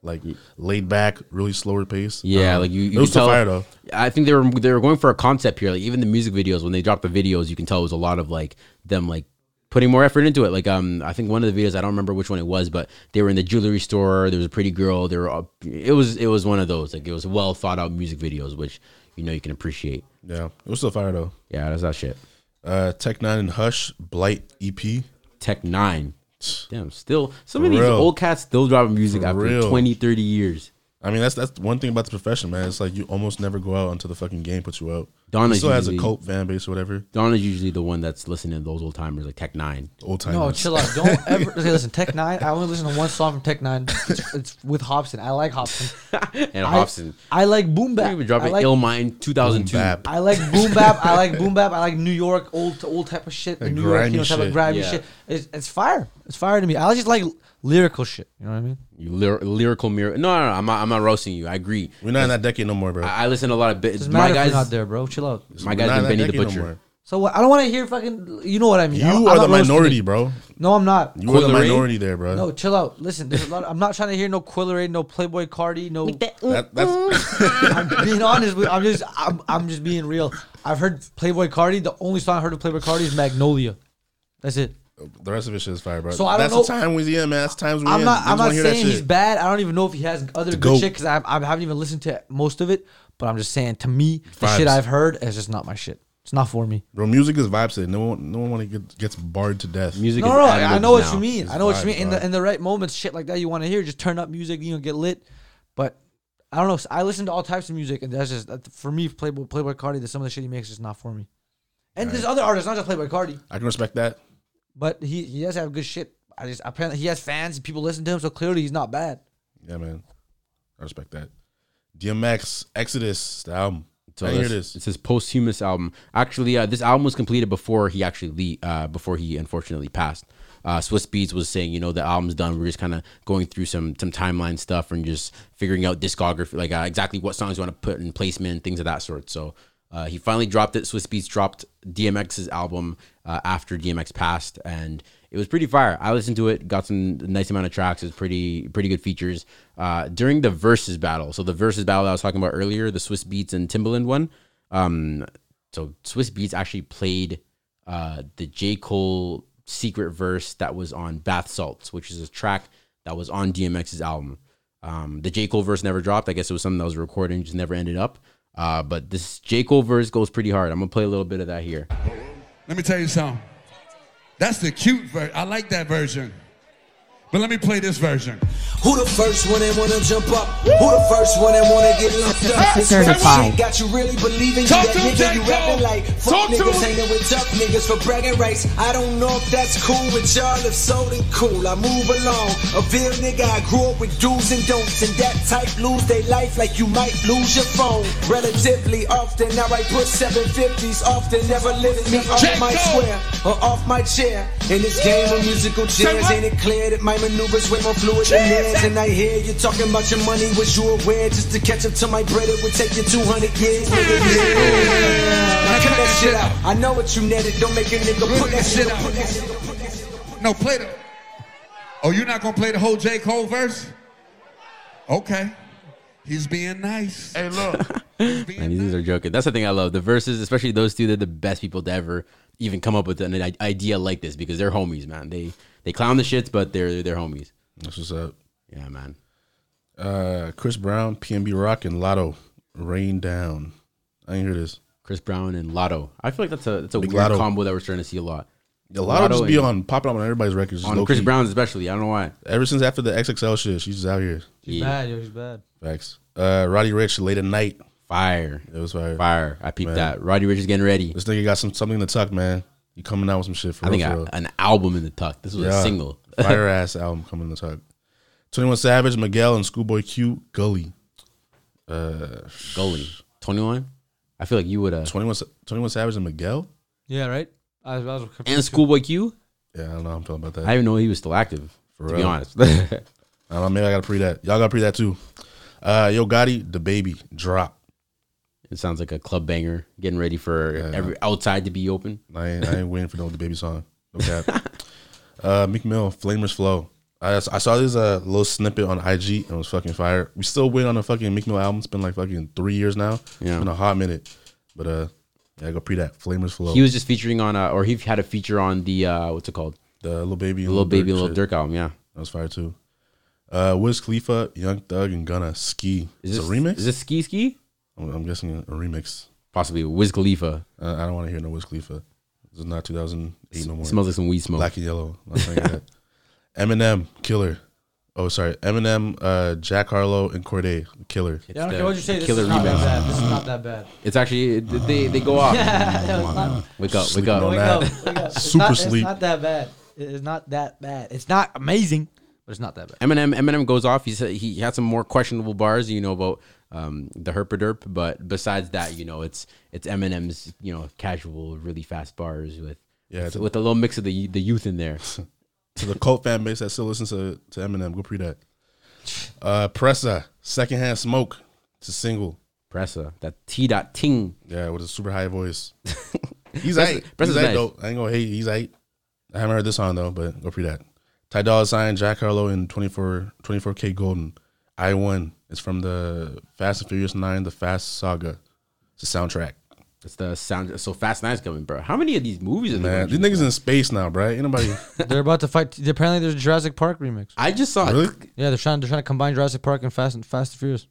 Speaker 5: like laid back, really slower pace.
Speaker 3: Yeah,
Speaker 5: Um,
Speaker 3: like you, you
Speaker 5: it was
Speaker 3: can
Speaker 5: still
Speaker 3: tell.
Speaker 5: fire though.
Speaker 3: I think they were they were going for a concept here. Like even the music videos, when they dropped the videos, you can tell it was a lot of like them like putting more effort into it. Like um, I think one of the videos, I don't remember which one it was, but they were in the jewelry store. There was a pretty girl. They were all, it was it was one of those like it was well thought out music videos, which you know you can appreciate.
Speaker 5: Yeah, it was still fire though.
Speaker 3: Yeah, that's that shit.
Speaker 5: Uh, Tech Nine and Hush Blight E EP. <sighs>
Speaker 3: Tech Nine. Damn, still some of
Speaker 5: For
Speaker 3: these
Speaker 5: real.
Speaker 3: old cats still dropping music
Speaker 5: For
Speaker 3: after
Speaker 5: real.
Speaker 3: 20, 30 years.
Speaker 5: I mean, that's that's one thing about the profession, man. It's like you almost never go out until the fucking game puts you out.
Speaker 3: Donna's
Speaker 5: It still has a
Speaker 3: usually-
Speaker 5: cult fan base or whatever.
Speaker 3: Donna's usually the one that's listening to those old timers like Tech Nine.
Speaker 5: Old timers.
Speaker 4: No, chill out.
Speaker 3: <laughs>
Speaker 4: Don't ever okay, listen. Tech Nine. I only listen to one song from Tech Nine. It's, it's with Hobson. I like Hobson.
Speaker 3: and
Speaker 4: I-
Speaker 3: Hobson.
Speaker 4: I like boom bap.
Speaker 3: They even dropping
Speaker 4: I like-
Speaker 3: Ill Mind 2002.
Speaker 5: Boom bap.
Speaker 4: I like boom bap. I like
Speaker 3: <laughs>
Speaker 4: boom bap. I like New York old old type of shit.
Speaker 5: Like
Speaker 4: New York, you know,
Speaker 5: grimy
Speaker 4: type of
Speaker 5: shit.
Speaker 4: grimy
Speaker 3: Yeah.
Speaker 4: shit. It's, it's fire. It's fire to me. I just like lyrical shit. You know what I mean?
Speaker 3: You lyr- lyrical mirror. No, no, no. I'm not, I'm not roasting you. I agree.
Speaker 5: We're not in that decade no more, bro.
Speaker 3: I, I listen to a lot of bit.
Speaker 4: Doesn't
Speaker 3: My
Speaker 4: matter if
Speaker 3: guys,
Speaker 4: you're not there, bro. Chill out.
Speaker 3: my
Speaker 5: We're
Speaker 3: guys,
Speaker 5: not in
Speaker 3: been
Speaker 5: that
Speaker 3: Benny the
Speaker 5: decade no
Speaker 3: Butcher.
Speaker 5: more.
Speaker 4: So what? I don't want to hear fucking. You know what I mean? I don't-
Speaker 5: You
Speaker 4: I'm
Speaker 5: are the
Speaker 4: not roasting
Speaker 5: minority,
Speaker 4: you.
Speaker 5: bro.
Speaker 4: No, I'm not.
Speaker 5: You are the
Speaker 3: Coil Ray?
Speaker 5: minority there, bro.
Speaker 4: No, chill out. Listen, there's a lot. I'm not trying to hear no Quilleray, no Playboy Cardi, no.
Speaker 5: That, that's
Speaker 4: <laughs>
Speaker 5: <laughs>
Speaker 4: I'm being honest. With, I'm just, I'm, I'm just being real. I've heard Playboy Cardi. The only song I heard of Playboy Cardi is Magnolia. That's it.
Speaker 5: the rest of it shit is fire, bro.
Speaker 4: So I don't
Speaker 5: that's
Speaker 4: know-
Speaker 5: the time we in, man. That's the times we
Speaker 4: I'm
Speaker 5: in.
Speaker 4: not,
Speaker 5: Niggas
Speaker 4: I'm
Speaker 5: wanna
Speaker 4: not
Speaker 5: hear that
Speaker 4: saying he's
Speaker 5: shit.
Speaker 4: bad. I don't even know if he has other good
Speaker 5: goat.
Speaker 4: shit because I, I haven't even listened to most of it. But I'm just saying, to me, the
Speaker 5: Vibes.
Speaker 4: shit I've heard is just not my shit. It's not for me.
Speaker 5: Bro, music is vibe set. No one, no one want to get gets barred to death.
Speaker 3: Music
Speaker 4: No,
Speaker 3: is
Speaker 4: no, no, I
Speaker 3: ad-libs
Speaker 4: know what
Speaker 3: now.
Speaker 4: you mean.
Speaker 5: It's
Speaker 4: I know what you mean.
Speaker 5: vibes,
Speaker 4: In the
Speaker 5: vibes.
Speaker 4: in the right moments, shit like that you want to hear, just turn up music, you know, get lit. But I don't know. I listen to all types of music, and that's just that- for me. Playboy Playboy Cardi, that some of the shit he makes is not for me. And there's other artists, not just Playboy Cardi,
Speaker 5: I can respect that.
Speaker 4: but he he does have good shit. I just apparently he has fans, people listen to him, so clearly he's not bad.
Speaker 5: Yeah, man. I respect that. DMX Exodus the album.
Speaker 3: So
Speaker 5: I hear
Speaker 3: that's-
Speaker 5: this.
Speaker 3: It's his posthumous album. Actually, uh, this album was completed before he actually le- uh, before he unfortunately passed. Uh, Swiss Beats was saying, you know, the album's done. We're just kind of going through some some timeline stuff and just figuring out discography, like uh, exactly what songs you want to put in placement, things of that sort. So uh, he finally dropped it. Swiss Beats dropped DMX's album uh, after DMX passed, and it was pretty fire. I listened to it, got some nice amount of tracks. It's pretty pretty good features. Uh, during the versus battle, so the versus battle I was talking about earlier, the Swiss Beats and Timbaland one. Um, so Swiss Beats actually played uh, the J Cole secret verse that was on Bath Salts, which is a track that was on DMX's album. Um, the J Cole verse never dropped. I guess it was something that was recorded and just never ended up. Uh, but this J Cole verse goes pretty hard. I'm gonna play a little bit of that here.
Speaker 11: Let me tell you something. That's the cute version. I like that version. But let me play this version.
Speaker 12: Who the first one that wanna jump up? Who the first one that wanna get lumped up? This
Speaker 10: Certified.
Speaker 12: rap shit Got you really believing you
Speaker 11: Talk
Speaker 12: that
Speaker 11: to him,
Speaker 12: nigga you
Speaker 11: Jake
Speaker 12: rapping
Speaker 11: Paul.
Speaker 12: like fuck
Speaker 11: Talk to
Speaker 12: niggas
Speaker 11: him.
Speaker 12: hanging with duck niggas for bragging rights. I don't know if that's cool with y'all. If so, then cool. I move along. A real nigga, I grew up with do's and don'ts, and that type lose their life like you might lose your phone. Relatively often, now I put 750s often, never living me off
Speaker 11: Jake
Speaker 12: my
Speaker 11: Paul.
Speaker 12: square or off my chair. In this game of musical
Speaker 11: Say
Speaker 12: chairs,
Speaker 11: what?
Speaker 12: ain't it clear that my maneuvers way more fluid than theirs? And I hear you talking about your money. Was you aware just to catch up to my bread? It would take you 200 years. Now cut that shit out. I know what you netted. Don't make a nigga put that shit out.
Speaker 11: No, play the. Oh, you're not gonna play the whole J. Cole verse? Okay. He's being nice. Hey, look.
Speaker 3: Man, these dudes are joking. That's the thing I love. The verses, especially those two, they're the best people to ever even come up with an i- idea like this because they're homies, man. They they clown the shits, but they're they're homies.
Speaker 5: That's what's up.
Speaker 3: Yeah, man.
Speaker 5: Uh, Chris Brown, PNB Rock, and Lotto. Rain down. I didn't hear this.
Speaker 3: Chris Brown and Lotto. I feel like that's a that's a
Speaker 5: Big
Speaker 3: weird
Speaker 5: Lotto.
Speaker 3: combo that we're starting to see a lot.
Speaker 5: Yeah, Lotto, just be
Speaker 3: and-
Speaker 5: on popping up on everybody's records. just
Speaker 3: on
Speaker 5: low
Speaker 3: Chris
Speaker 5: key.
Speaker 3: Brown especially. I don't know why.
Speaker 5: Ever since after the XXL shit, she's just out here.
Speaker 4: He's
Speaker 3: Yeah.
Speaker 4: bad, yo. He's bad.
Speaker 5: Facts. Uh, Roddy Rich, late at night.
Speaker 3: Fire,
Speaker 5: It was fire.
Speaker 3: fire. I peeped
Speaker 5: Man.
Speaker 3: that. Roddy Rich is getting ready.
Speaker 5: This nigga got some something to tuck, man. You coming out with some shit for
Speaker 3: I
Speaker 5: real.
Speaker 3: think
Speaker 5: for
Speaker 3: I,
Speaker 5: real.
Speaker 3: an album in the tuck. This was
Speaker 5: Yeah.
Speaker 3: a single. <laughs>
Speaker 5: Fire ass album coming to talk. Twenty One Savage, Miguel, and Schoolboy Q, Gully.
Speaker 3: Goalie. Twenty one. I feel like you would uh
Speaker 5: 21, Sa- 21 Savage and Miguel.
Speaker 4: Yeah, right. I was, I was
Speaker 3: and Schoolboy Q.
Speaker 5: Yeah, I don't know. how I'm talking about that.
Speaker 3: I
Speaker 5: I,
Speaker 3: didn't know he was still active. to be
Speaker 5: real.
Speaker 3: honest. <laughs>
Speaker 5: don't know. Maybe I gotta pre that. Y'all gotta pre that too. Uh, Yo Gotti, the baby drop.
Speaker 3: It sounds like a club banger, getting ready for every outside to be open.
Speaker 5: I ain't, I ain't waiting for no the baby song. No cap. <laughs> uh, Meek Mill, Flamers Flow. I, I saw this uh, little snippet on IG and it was fucking fire. We still wait on a fucking Meek Mill album. It's been like fucking three years now.
Speaker 3: Yeah.
Speaker 5: It's been a hot minute. But uh, yeah, go pre that. Flamers Flow.
Speaker 3: He was just featuring on, uh, or he had a feature on the uh, what's it called?
Speaker 5: The little baby,
Speaker 3: little baby,
Speaker 5: Durk
Speaker 3: little
Speaker 5: shit.
Speaker 3: Dirk album. Yeah,
Speaker 5: that was fire too. Uh, Wiz Khalifa, Young Thug, and Gunna Ski. Is this a remix? Is
Speaker 3: this Ski Ski?
Speaker 5: I'm, I'm guessing a remix.
Speaker 3: Possibly Wiz Khalifa.
Speaker 5: Uh, I don't want to hear no Wiz Khalifa. This is not 2008 no more.
Speaker 3: Smells like some weed smoke.
Speaker 5: Black and yellow. Not saying that. <laughs> Eminem, Killer. Oh, sorry. Eminem, uh, Jack Harlow, and Corday, Killer.
Speaker 4: Yeah, I don't care what you say, this is not that bad. This is not that bad.
Speaker 3: It's actually it- they they go off.
Speaker 4: Yeah, no, it's
Speaker 3: Come on
Speaker 4: not-
Speaker 3: now. Wake up, wake
Speaker 5: Sleeping
Speaker 3: up,
Speaker 5: on that.
Speaker 4: Wake up. It's
Speaker 5: <laughs> Super
Speaker 4: not,
Speaker 5: sleep.
Speaker 4: It's not that bad. It's not that bad. It's not amazing, but it's not that bad.
Speaker 3: Eminem Eminem goes off. He said he had some more questionable bars, you know about um, the herpaderp, but besides that, you know it's it's Eminem's you know casual, really fast bars with
Speaker 5: Yeah, it's a-
Speaker 3: with a little mix of the the youth
Speaker 5: <laughs>
Speaker 3: in there.
Speaker 5: to the cult fan base that still listens to, to Eminem, go pre that. Uh, Pressa, Secondhand Smoke. It's a single.
Speaker 3: Pressa, that T dot ting.
Speaker 5: Yeah, with a super
Speaker 4: <laughs>
Speaker 5: high voice. He's
Speaker 3: Pressa-
Speaker 5: eight.
Speaker 3: Pressa's
Speaker 5: He's eight,
Speaker 3: nice.
Speaker 5: though. I ain't gonna hate. He's eight. I haven't heard this song though, but go pre that. Ty Dolla Sign, Jack Harlow, and 24 24K Golden. I one. It's from the Fast and Furious Nine, the Fast Saga. It's a soundtrack.
Speaker 3: It's the sound. So Fast Nine's coming, bro. How many of these movies are there?
Speaker 5: Man, these niggas in space now, bro. Ain't nobody.
Speaker 4: <laughs> <laughs> they're about to fight. Apparently, there's a Jurassic Park remix.
Speaker 3: I just saw.
Speaker 5: Really?
Speaker 4: Yeah, they're trying. They're trying to combine Jurassic Park and Fast and Fast and Furious.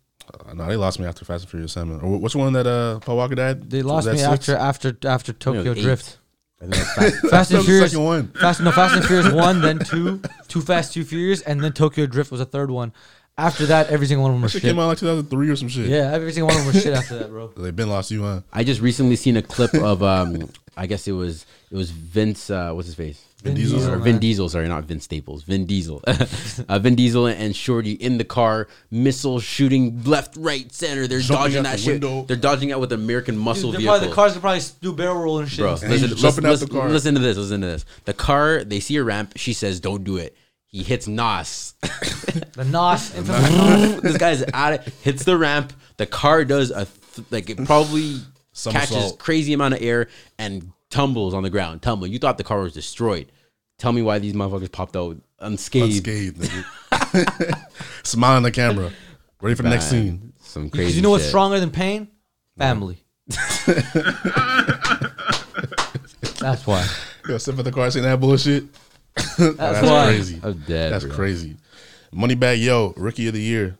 Speaker 5: Uh, no, they lost me after Fast and Furious Seven. Or wh- what's the one that uh, Paul Walker died?
Speaker 4: They lost me after after after Tokyo Drift. <laughs>
Speaker 5: Fast-
Speaker 4: Fast and
Speaker 5: That was the
Speaker 4: Furious
Speaker 5: second one.
Speaker 4: Fast no Fast and Furious one, then two, Too Fast, Too Furious, and then Tokyo Drift was a third one. After that, every single one of them was
Speaker 5: It
Speaker 4: shit.
Speaker 5: came out like 2003 or some shit.
Speaker 4: Yeah, every single one of them was shit after that,
Speaker 5: <laughs>
Speaker 4: bro.
Speaker 5: They been lost you, huh?
Speaker 3: I just recently seen a clip of um, <laughs> I guess it was it was Vince. Uh, what's his face?
Speaker 5: Vin Diesel.
Speaker 3: Or
Speaker 5: Diesel,
Speaker 3: Vin
Speaker 5: man.
Speaker 3: Diesel. Sorry, not Vince Staples. Vin Diesel. <laughs> uh, Vin Diesel and Shorty in the car, missile shooting left, right, center. They're
Speaker 5: Jumping
Speaker 3: dodging
Speaker 5: out
Speaker 3: that
Speaker 5: the
Speaker 3: shit.
Speaker 5: window.
Speaker 3: They're dodging out with American muscle
Speaker 4: Dude, they're
Speaker 3: vehicle.
Speaker 4: probably, the cars are probably do barrel roll and shit.
Speaker 3: Bro,
Speaker 4: And
Speaker 3: listen,
Speaker 4: he's
Speaker 3: listen,
Speaker 4: jumping out
Speaker 3: listen-
Speaker 4: the car.
Speaker 3: listen to this. Listen to this. The car, they see a ramp. She says, "Don't do it." He hits Nas. <laughs>
Speaker 4: the Nos.
Speaker 3: this guy's out. Of, hits the ramp. The car does a th- like it probably catches
Speaker 5: Somersault.
Speaker 3: crazy amount of air and tumbles on the ground. Tumble. You thought the car was destroyed. Tell me why these motherfuckers popped out unscathed.
Speaker 5: Unscathed, nigga. <laughs> Smile on the camera. Ready for the next
Speaker 3: Man,
Speaker 5: scene.
Speaker 3: Some crazy.
Speaker 4: Because you know what's
Speaker 3: shit.
Speaker 4: stronger than pain?
Speaker 5: <laughs>
Speaker 4: Family. That's why.
Speaker 5: Yo, sit for the car, saying that bullshit. That's,
Speaker 4: why.
Speaker 5: crazy.
Speaker 3: I'm dead,
Speaker 5: That's
Speaker 3: bro.
Speaker 5: crazy. Moneybag Yo, Rookie of the Year.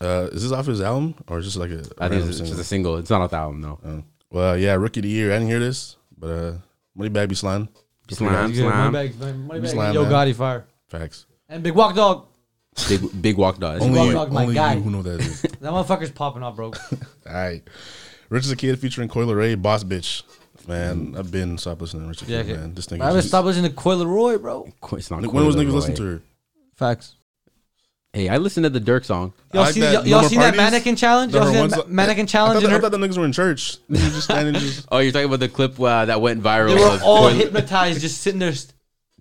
Speaker 5: Uh, is this off his album or is this like a?
Speaker 3: I think it's, it's just a single. It's not off the album though.
Speaker 5: Oh. well, yeah, Rookie of the Year. I didn't hear this, but uh, Moneybag be slime.
Speaker 3: Be slime, Yeah, slime. Moneybag-
Speaker 4: Moneybag,
Speaker 5: Be slime,
Speaker 4: Yo
Speaker 5: man.
Speaker 4: Gotti fire.
Speaker 5: Facts.
Speaker 4: And Big Walk Dog.
Speaker 3: Big big walk dog.
Speaker 5: Only
Speaker 4: Walk
Speaker 5: you-
Speaker 4: Dog, my
Speaker 5: only
Speaker 4: guy.
Speaker 5: you who know that
Speaker 4: <laughs>
Speaker 5: is.
Speaker 4: that motherfucker's popping off, bro.
Speaker 5: All right. Rich as a Kid featuring Coil Ray, Boss Bitch. Man, I've been stopped listening to Rich as a
Speaker 4: Yeah,
Speaker 5: Kid,
Speaker 4: okay.
Speaker 5: man. This thing
Speaker 4: I haven't stopped listening to Coil Roy, bro.
Speaker 3: It's not.
Speaker 5: When was
Speaker 3: Coil
Speaker 5: niggas
Speaker 3: Roy.
Speaker 5: listening to her?
Speaker 4: Facts.
Speaker 3: Hey, I listened to the Dirk song.
Speaker 4: Y'all see- y'all- y'all seen that mannequin challenge? Y'all seen that ma- mannequin challenge?
Speaker 5: I thought,
Speaker 4: in
Speaker 5: I
Speaker 4: her-
Speaker 5: thought the niggas were
Speaker 4: <laughs>
Speaker 5: in church. They were just standing just
Speaker 3: Oh, you're talking about the clip uh, that went viral.
Speaker 4: They were
Speaker 3: of
Speaker 4: all
Speaker 3: Coi-
Speaker 4: hypnotized, just sitting there. st-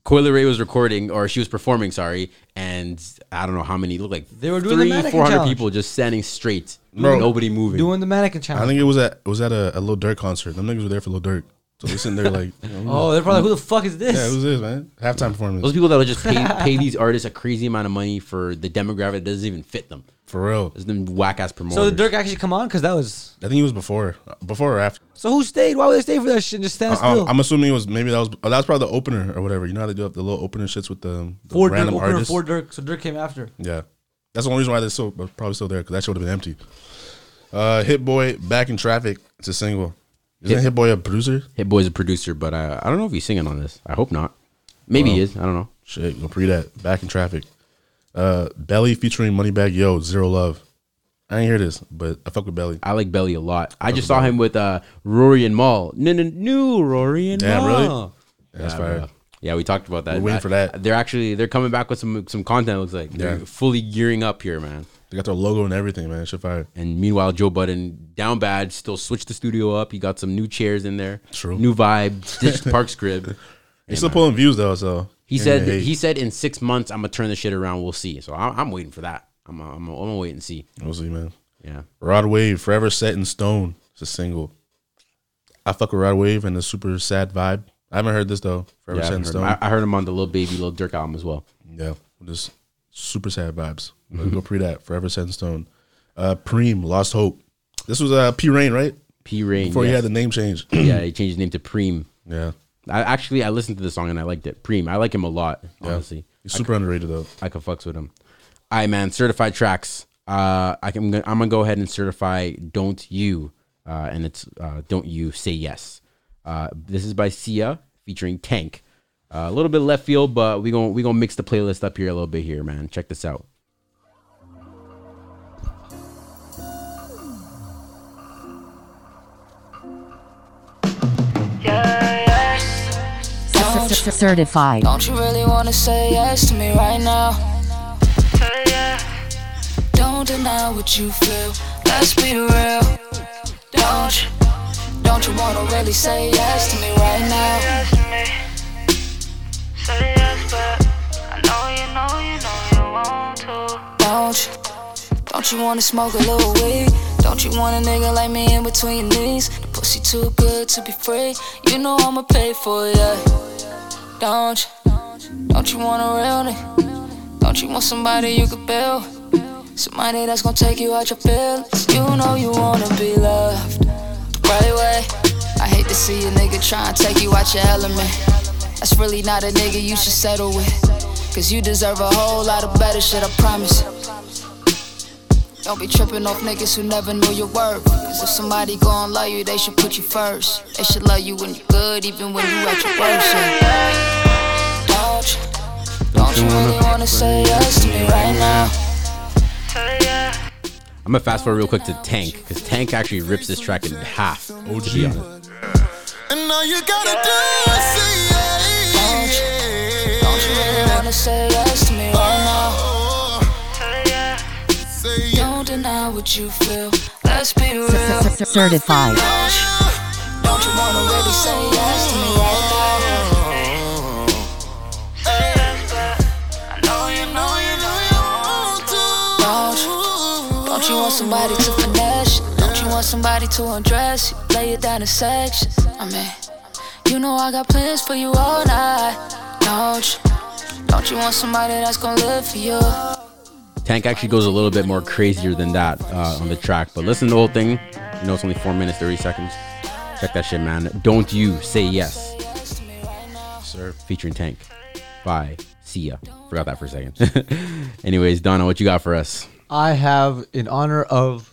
Speaker 3: Coyle Ray was recording, or she was performing, sorry, and I don't know how many, looked like
Speaker 4: They were doing the mannequin
Speaker 3: four hundred
Speaker 4: challenge.
Speaker 3: people just standing straight,
Speaker 5: Bro.
Speaker 3: nobody moving.
Speaker 4: Doing the mannequin
Speaker 5: I
Speaker 4: challenge.
Speaker 5: think it was at it was at a, a Lil Durk concert. Them niggas were there for Lil Durk. So they sitting there like
Speaker 4: Oh, they're probably like, who the fuck is this?
Speaker 5: Yeah, who's this, man? Halftime performance.
Speaker 3: Those people that would just
Speaker 5: <laughs>
Speaker 3: pay, pay these artists a crazy amount of money for the demographic that doesn't even fit them.
Speaker 5: For real.
Speaker 3: It's them whack ass promoters.
Speaker 4: so did Dirk actually come on? Because that was.
Speaker 5: I think it was before before or after.
Speaker 4: So who stayed? Why would they stay for that shit and just stand
Speaker 5: I,
Speaker 4: still?
Speaker 5: am assuming it was maybe that was oh, that was probably the opener or whatever. You know how they do the little opener shits with the, the
Speaker 4: for Dirk,
Speaker 5: random
Speaker 4: opener
Speaker 5: artists.
Speaker 4: for Dirk. So Dirk came after.
Speaker 5: Yeah, that's the only reason why they're still probably still there because that should have been empty. Uh, Hit Boy back in traffic. It's a single. Isn't Hit,
Speaker 3: Hit-
Speaker 5: Boy a producer?
Speaker 3: Hit Boy's a producer, but uh, I, I don't know if he's singing on this. I hope not. Maybe he
Speaker 5: Well,
Speaker 3: is. I don't know.
Speaker 5: Shit, go pre that. Back in traffic. Uh, Belly featuring Moneybag Yo Zero Love. I ain't hear this, but I fuck with Belly.
Speaker 3: I like Belly a lot. I just saw him with uh, Rory and Maul. No, no, new Rory and
Speaker 5: Damn,
Speaker 3: Maul.
Speaker 5: really? That's
Speaker 3: yeah,
Speaker 5: fire.
Speaker 3: bro. Yeah, we talked about that. Uh,
Speaker 5: We're waiting for that.
Speaker 3: They're actually they're coming back with some some content. it Looks like they're
Speaker 5: Yeah.
Speaker 3: fully gearing up here, man.
Speaker 5: They got their logo and everything, man. Shit fire.
Speaker 3: And meanwhile, Joe Budden down bad, still switched the studio up. He got some new chairs in there.
Speaker 5: True.
Speaker 3: New
Speaker 5: <laughs>
Speaker 3: vibe. Ditched Park's crib.
Speaker 5: He's still pulling views though, so
Speaker 3: He
Speaker 5: Yeah,
Speaker 3: said
Speaker 5: hey.
Speaker 3: he said in six months I'm gonna turn the shit around. We'll see. So I'm, I'm waiting for that. I'm a, I'm a, I'm gonna wait and see.
Speaker 5: We'll see, man.
Speaker 3: Yeah.
Speaker 5: Rod Wave, Forever Set in Stone. It's a single. I fuck with Rod Wave and the super sad vibe. I haven't heard this though. Forever
Speaker 3: Yeah, I
Speaker 5: Set in
Speaker 3: haven't heard
Speaker 5: Stone.
Speaker 3: him. I- I heard him on the Little Baby, Little Dirk album as well.
Speaker 5: Yeah, just super sad vibes. Go pre that. Forever Set in Stone. Uh, Preem, Lost Hope. This was uh, P Rain, right?
Speaker 3: P Rain.
Speaker 5: Before he
Speaker 3: yes.
Speaker 5: had the name
Speaker 3: <clears throat>
Speaker 5: change.
Speaker 3: yeah, he changed his name to Preem.
Speaker 5: Yeah.
Speaker 3: I actually I listened to the song and I liked it. Preem. I like him a lot, honestly.
Speaker 5: He's super underrated though.
Speaker 3: I could fucks with him. All right, man. Certified tracks. Uh, I can, I'm gonna- I'm gonna go ahead and certify "Don't You," uh, and it's uh, "Don't You Say Yes." Uh, this is by Sia featuring Tank. Uh, a little bit left field, but we gonna we gonna mix the playlist up here a little bit here, man. Check this out.
Speaker 10: Certified.
Speaker 13: Don't you really wanna say yes to me right now? Don't deny what you feel. Let's be real. Don't you? Don't you wanna really say yes to me right now? Don't you? Don't you wanna smoke a little weed? Don't you want a nigga like me in between your knees? The pussy too good to be free. You know I'ma pay for it. Yeah. Don't you? Don't you want a real nigga? Don't you want somebody you could build? Somebody that's gonna take you out your feelings. You know you wanna be loved the right way. I hate to see a nigga try and take you out your element. That's really not a nigga you should settle with. Cause you deserve a whole lot of better shit, I promise. Don't be tripping off niggas who never knew your worth. Cause if somebody gon' love you, they should put you first. They should love you when you're good, even when you at your worst. yeah. Don't you, don't you really wanna say yes to me right now?
Speaker 3: I'm gonna fast forward real quick to Tank because Tank actually rips this track in half. Oh, to be honest.
Speaker 2: And all you gotta do is say yeah. Oh. Don't you really
Speaker 13: wanna say yes to me right now? Don't deny what you feel. Let's be real.
Speaker 10: Certified.
Speaker 13: Don't you wanna really say yes to me right now? Don't you, don't you want somebody to finesse you? Don't you want somebody to undress you? Lay it down in sections. I mean, you know I got plans for you all night. Don't you, don't you want somebody that's gonna live for you?
Speaker 3: Tank actually goes a little bit more crazier than that uh, on the track, but listen to the whole thing. You know, it's only four minutes, 30 seconds. Check that shit, man. Don't you say yes. Sir. Featuring Tank by Sia. Forgot that for a second. <laughs> Anyways, Donna, what you got for us?
Speaker 4: I have in honor of.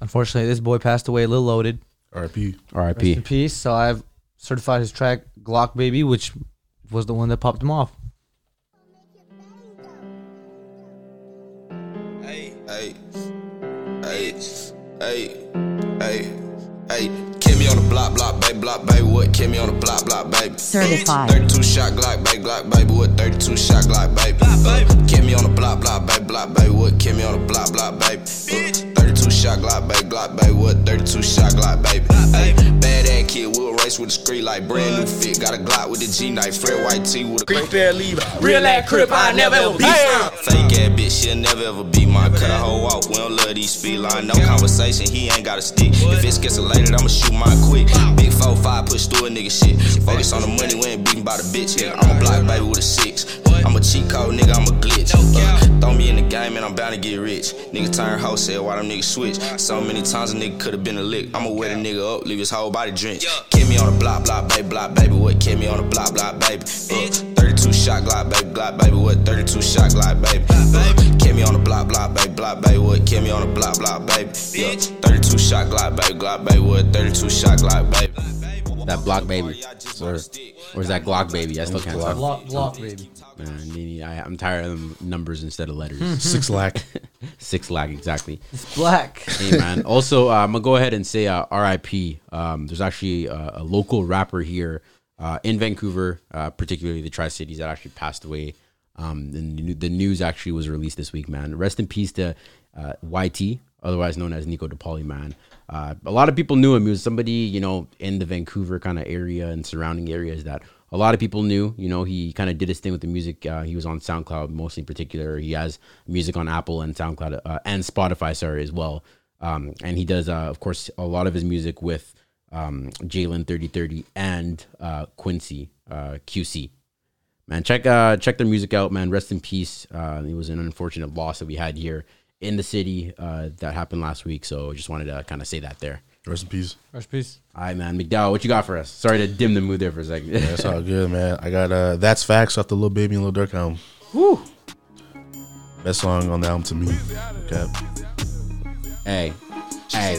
Speaker 4: Unfortunately, this boy passed away. Lil Loaded.
Speaker 5: R.I.P.
Speaker 3: R.I.P.
Speaker 4: Rest in peace. So I've certified his track Glock Baby, which was the one that popped him off.
Speaker 14: Hey, hey, hey, hey, hey. Kimmy on the block, block, baby, block, baby. What? Kimmy on the block, block, baby.
Speaker 10: Certified.
Speaker 14: 32 shot Glock, baby, Glock, baby. What? 32 shot Glock, baby. Kimmy on the block, block, baby, block, baby. What? Kimmy on the block, block, baby. What? 32 shot Glock, baby, Glock, baby. What? 32 shot Glock, baby. Hey, bad ass kid, we'll race with the street like brand new fit. Got a Glock with the G knife, Fred White T with a creep there, leave.
Speaker 2: Real ass crip, I never ever be from.
Speaker 14: Fake ass bitch, she'll never ever be mine. Cut a hoe off, we don't love these speed line. No conversation, he ain't got a stick. If it's cancelated, I'ma shoot mine quick. Big 4-5, push through a nigga shit. Focus on the money, we ain't beating by the bitch, nigga. I'm a block baby with a six. I'm a cheat code, nigga, I'm a glitch. Uh, throw me in the game and I'm bound to get rich. Nigga turn hoe, said why them niggas switch. So many times a nigga could've been a lick. I'ma wear the nigga up, leave his whole body drenched. Kid me on the block, block, baby, block, baby. What? Kid me on the block, block, baby. Uh, 32 shot glock, baby, glock, baby. What? 32 shot glock, baby. Uh, Kid me on the block, block, baby, block, baby. What? Kid me on the block, block, baby. Yeah. 32 shot glock, baby, glock, baby. What? 32 shot glock, baby.
Speaker 3: That Block Baby. Sir. Or is that Glock Baby? I still can't tell.
Speaker 4: Glock, Glock Baby.
Speaker 3: Man, I mean, I, am tired of them numbers instead of
Speaker 4: Hmm.
Speaker 3: letters. <laughs>
Speaker 5: Six lack.
Speaker 3: Six lack, exactly. It's
Speaker 4: black.
Speaker 3: hey, man. Also, uh, I'm going to go ahead and say uh, RIP. Um, there's actually uh, a local rapper here uh, in Vancouver, uh, particularly the Tri Cities, that actually passed away. Um, the, new- the news actually was released this week, man. Rest in peace to uh, YT, otherwise known as Nico DePauli, man. Uh, a lot of people knew him. He was somebody, you know, in the Vancouver kind of area and surrounding areas that a a lot of people knew. You know, he kind of did his thing with the music. Uh, he was on SoundCloud mostly in particular. He has music on Apple and SoundCloud uh, and Spotify, sorry, as well. Um, and he does, uh, of course, a lot of his music with um, Jalen Thirty Thirty and uh, Quincy uh, QC. Man, check uh, check their music out, man. Rest in peace. Uh, it was an unfortunate loss that we had here in the city uh, that happened last week. So just wanted to kind of say that there.
Speaker 5: Rest in peace.
Speaker 4: Rest in peace.
Speaker 3: All right, man. McDowell, what you got for us? Sorry to dim the mood there for a second. <laughs>
Speaker 5: Yeah, that's all good, man. I got uh, that's facts off the Lil Baby and Lil Durk album.
Speaker 3: Woo.
Speaker 5: Best song on the album to me. Cap.
Speaker 3: Hey, hey.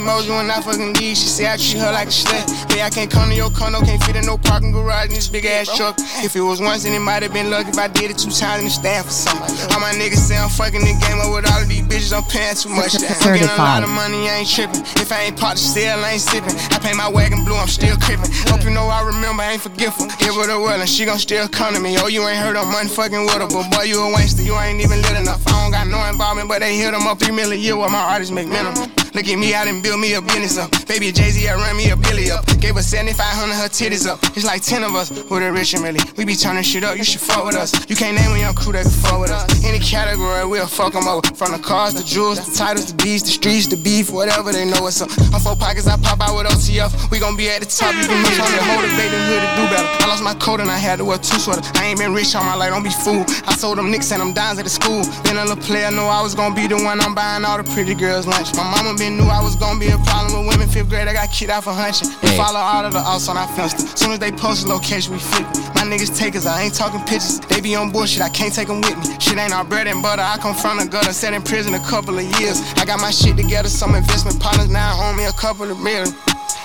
Speaker 8: Emoji when I fucking leave, she say I treat her like a slut. Hey, I can't come to your condo, can't fit in no parking garage in this big ass truck. If it was once, then it might have been lucky if I did it two times in the stand for something. All my niggas say I'm fucking the game up with all of these bitches, I'm paying too much. I'm getting a lot of money, I ain't tripping. If I ain't parked still, I ain't sipping. I pay my wagon blue, I'm still crippin'. Hope you know I remember, I ain't forgetful. Give her the will, and she gon' still come to me. Oh, you ain't heard of motherfucking with her, but boy, you a waster, you ain't even lit enough. I don't got no involvement, but they hit them up three million a year while my artists make minimum. Look at me, I done build me a business up. Baby Jay Z, I run me a billy up. Gave her 7,500, her titties up. It's like 10 of us with a rich and really. We be turning shit up, you should fuck with us. You can't name a young crew that can fuck with us. Any category, we'll fuck 'em over. From the cars, the jewels, the titles, the deeds, the streets, the beef, whatever they know us up. I'm four pockets, I pop out with OTF. We gon' be at the top, you can miss on the hold it, baby, hood to do better. I lost my coat and I had to wear two sweater. I ain't been rich all my life, don't be fooled. I sold them nicks and them dimes at the school. Been a little player, know I was gon' be the one I'm buying all the pretty girls lunch. My mama been knew I was gonna be a problem with women. Fifth grade, I got kicked out for hunching. We
Speaker 3: Hey.
Speaker 8: follow all of the outs on our fence. Soon as they post a location, we flip. it. My niggas take us, I ain't talking pictures. They be on bullshit, I can't take them with me. Shit ain't our bread and butter. I come from the gutter, sat in prison a couple of years. I got my shit together, some investment partners now owe me a couple of million.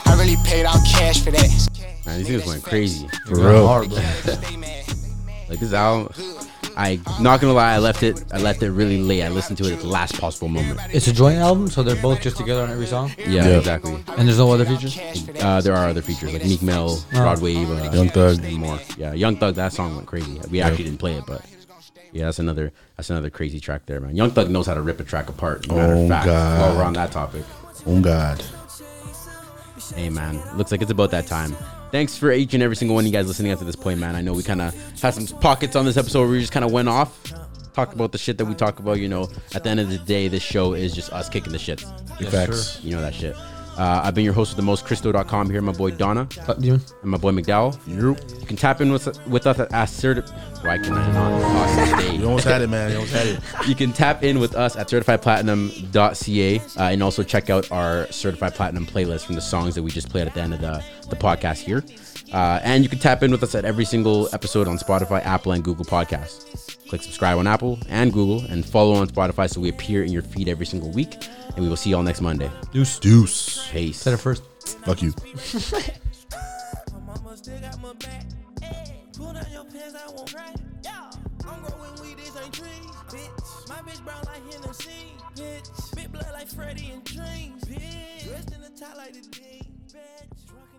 Speaker 8: I really paid out cash for that.
Speaker 3: Man, these niggas went crazy.
Speaker 5: For real. Hard, bro.
Speaker 3: like this album, I not gonna lie, I left it. I left it really late. I listened to it at the last possible moment.
Speaker 4: It's a joint album, so they're both just together on every song.
Speaker 3: Yeah,
Speaker 5: Yeah.
Speaker 3: exactly.
Speaker 4: And there's no other features.
Speaker 3: Uh, there are other features like Meek Mill,
Speaker 4: Oh.
Speaker 3: Broadway, uh,
Speaker 5: Uh-huh. Young Thug.
Speaker 3: and more. Yeah, Young Thug. That song went crazy. We
Speaker 5: Yeah.
Speaker 3: actually didn't play it, but yeah, that's another that's another crazy track there, man. Young Thug knows how to rip a track apart. Matter
Speaker 5: Oh,
Speaker 3: of fact,
Speaker 5: God.
Speaker 3: while we're on that topic.
Speaker 5: Oh God.
Speaker 3: Hey man, looks like it's about that time. Thanks for each and every single one of you guys listening up to this point, man. I know we kind of had some pockets on this episode where we just kind of went off, talked about the shit that we talk about. You know, at the end of the day, this show is just us kicking the shits.
Speaker 5: Yes, Facts. sir.
Speaker 3: You know that shit. Uh, I've been your host with the most, Christo.com. Here, my boy Donna.
Speaker 5: Uh,
Speaker 4: Demon.
Speaker 3: And my boy McDowell. You can tap in with, with us at Assertive. Why can I not talk today?
Speaker 5: You almost had it, man. You almost had it.
Speaker 3: You can tap in with us at certifiedplatinum.ca uh, and also check out our certified platinum playlist from the songs that we just played at the end of the, the podcast here. Uh, and you can tap in with us at every single episode on Spotify, Apple, and Google Podcasts. Click subscribe on Apple and Google and follow on Spotify so we appear in your feed every single week. And we will see y'all next Monday.
Speaker 4: Deuce.
Speaker 5: Deuce.
Speaker 3: Peace.
Speaker 4: Said it first.
Speaker 5: Fuck you.
Speaker 9: Pull down your pants, I won't cry. Yeah, I'm growing weed, this ain't dreams, bitch. My bitch brown like Hennessy, bitch. Big blood like Freddy and Dreams, bitch. Dressed in a tie like the Dean, bitch. Drunk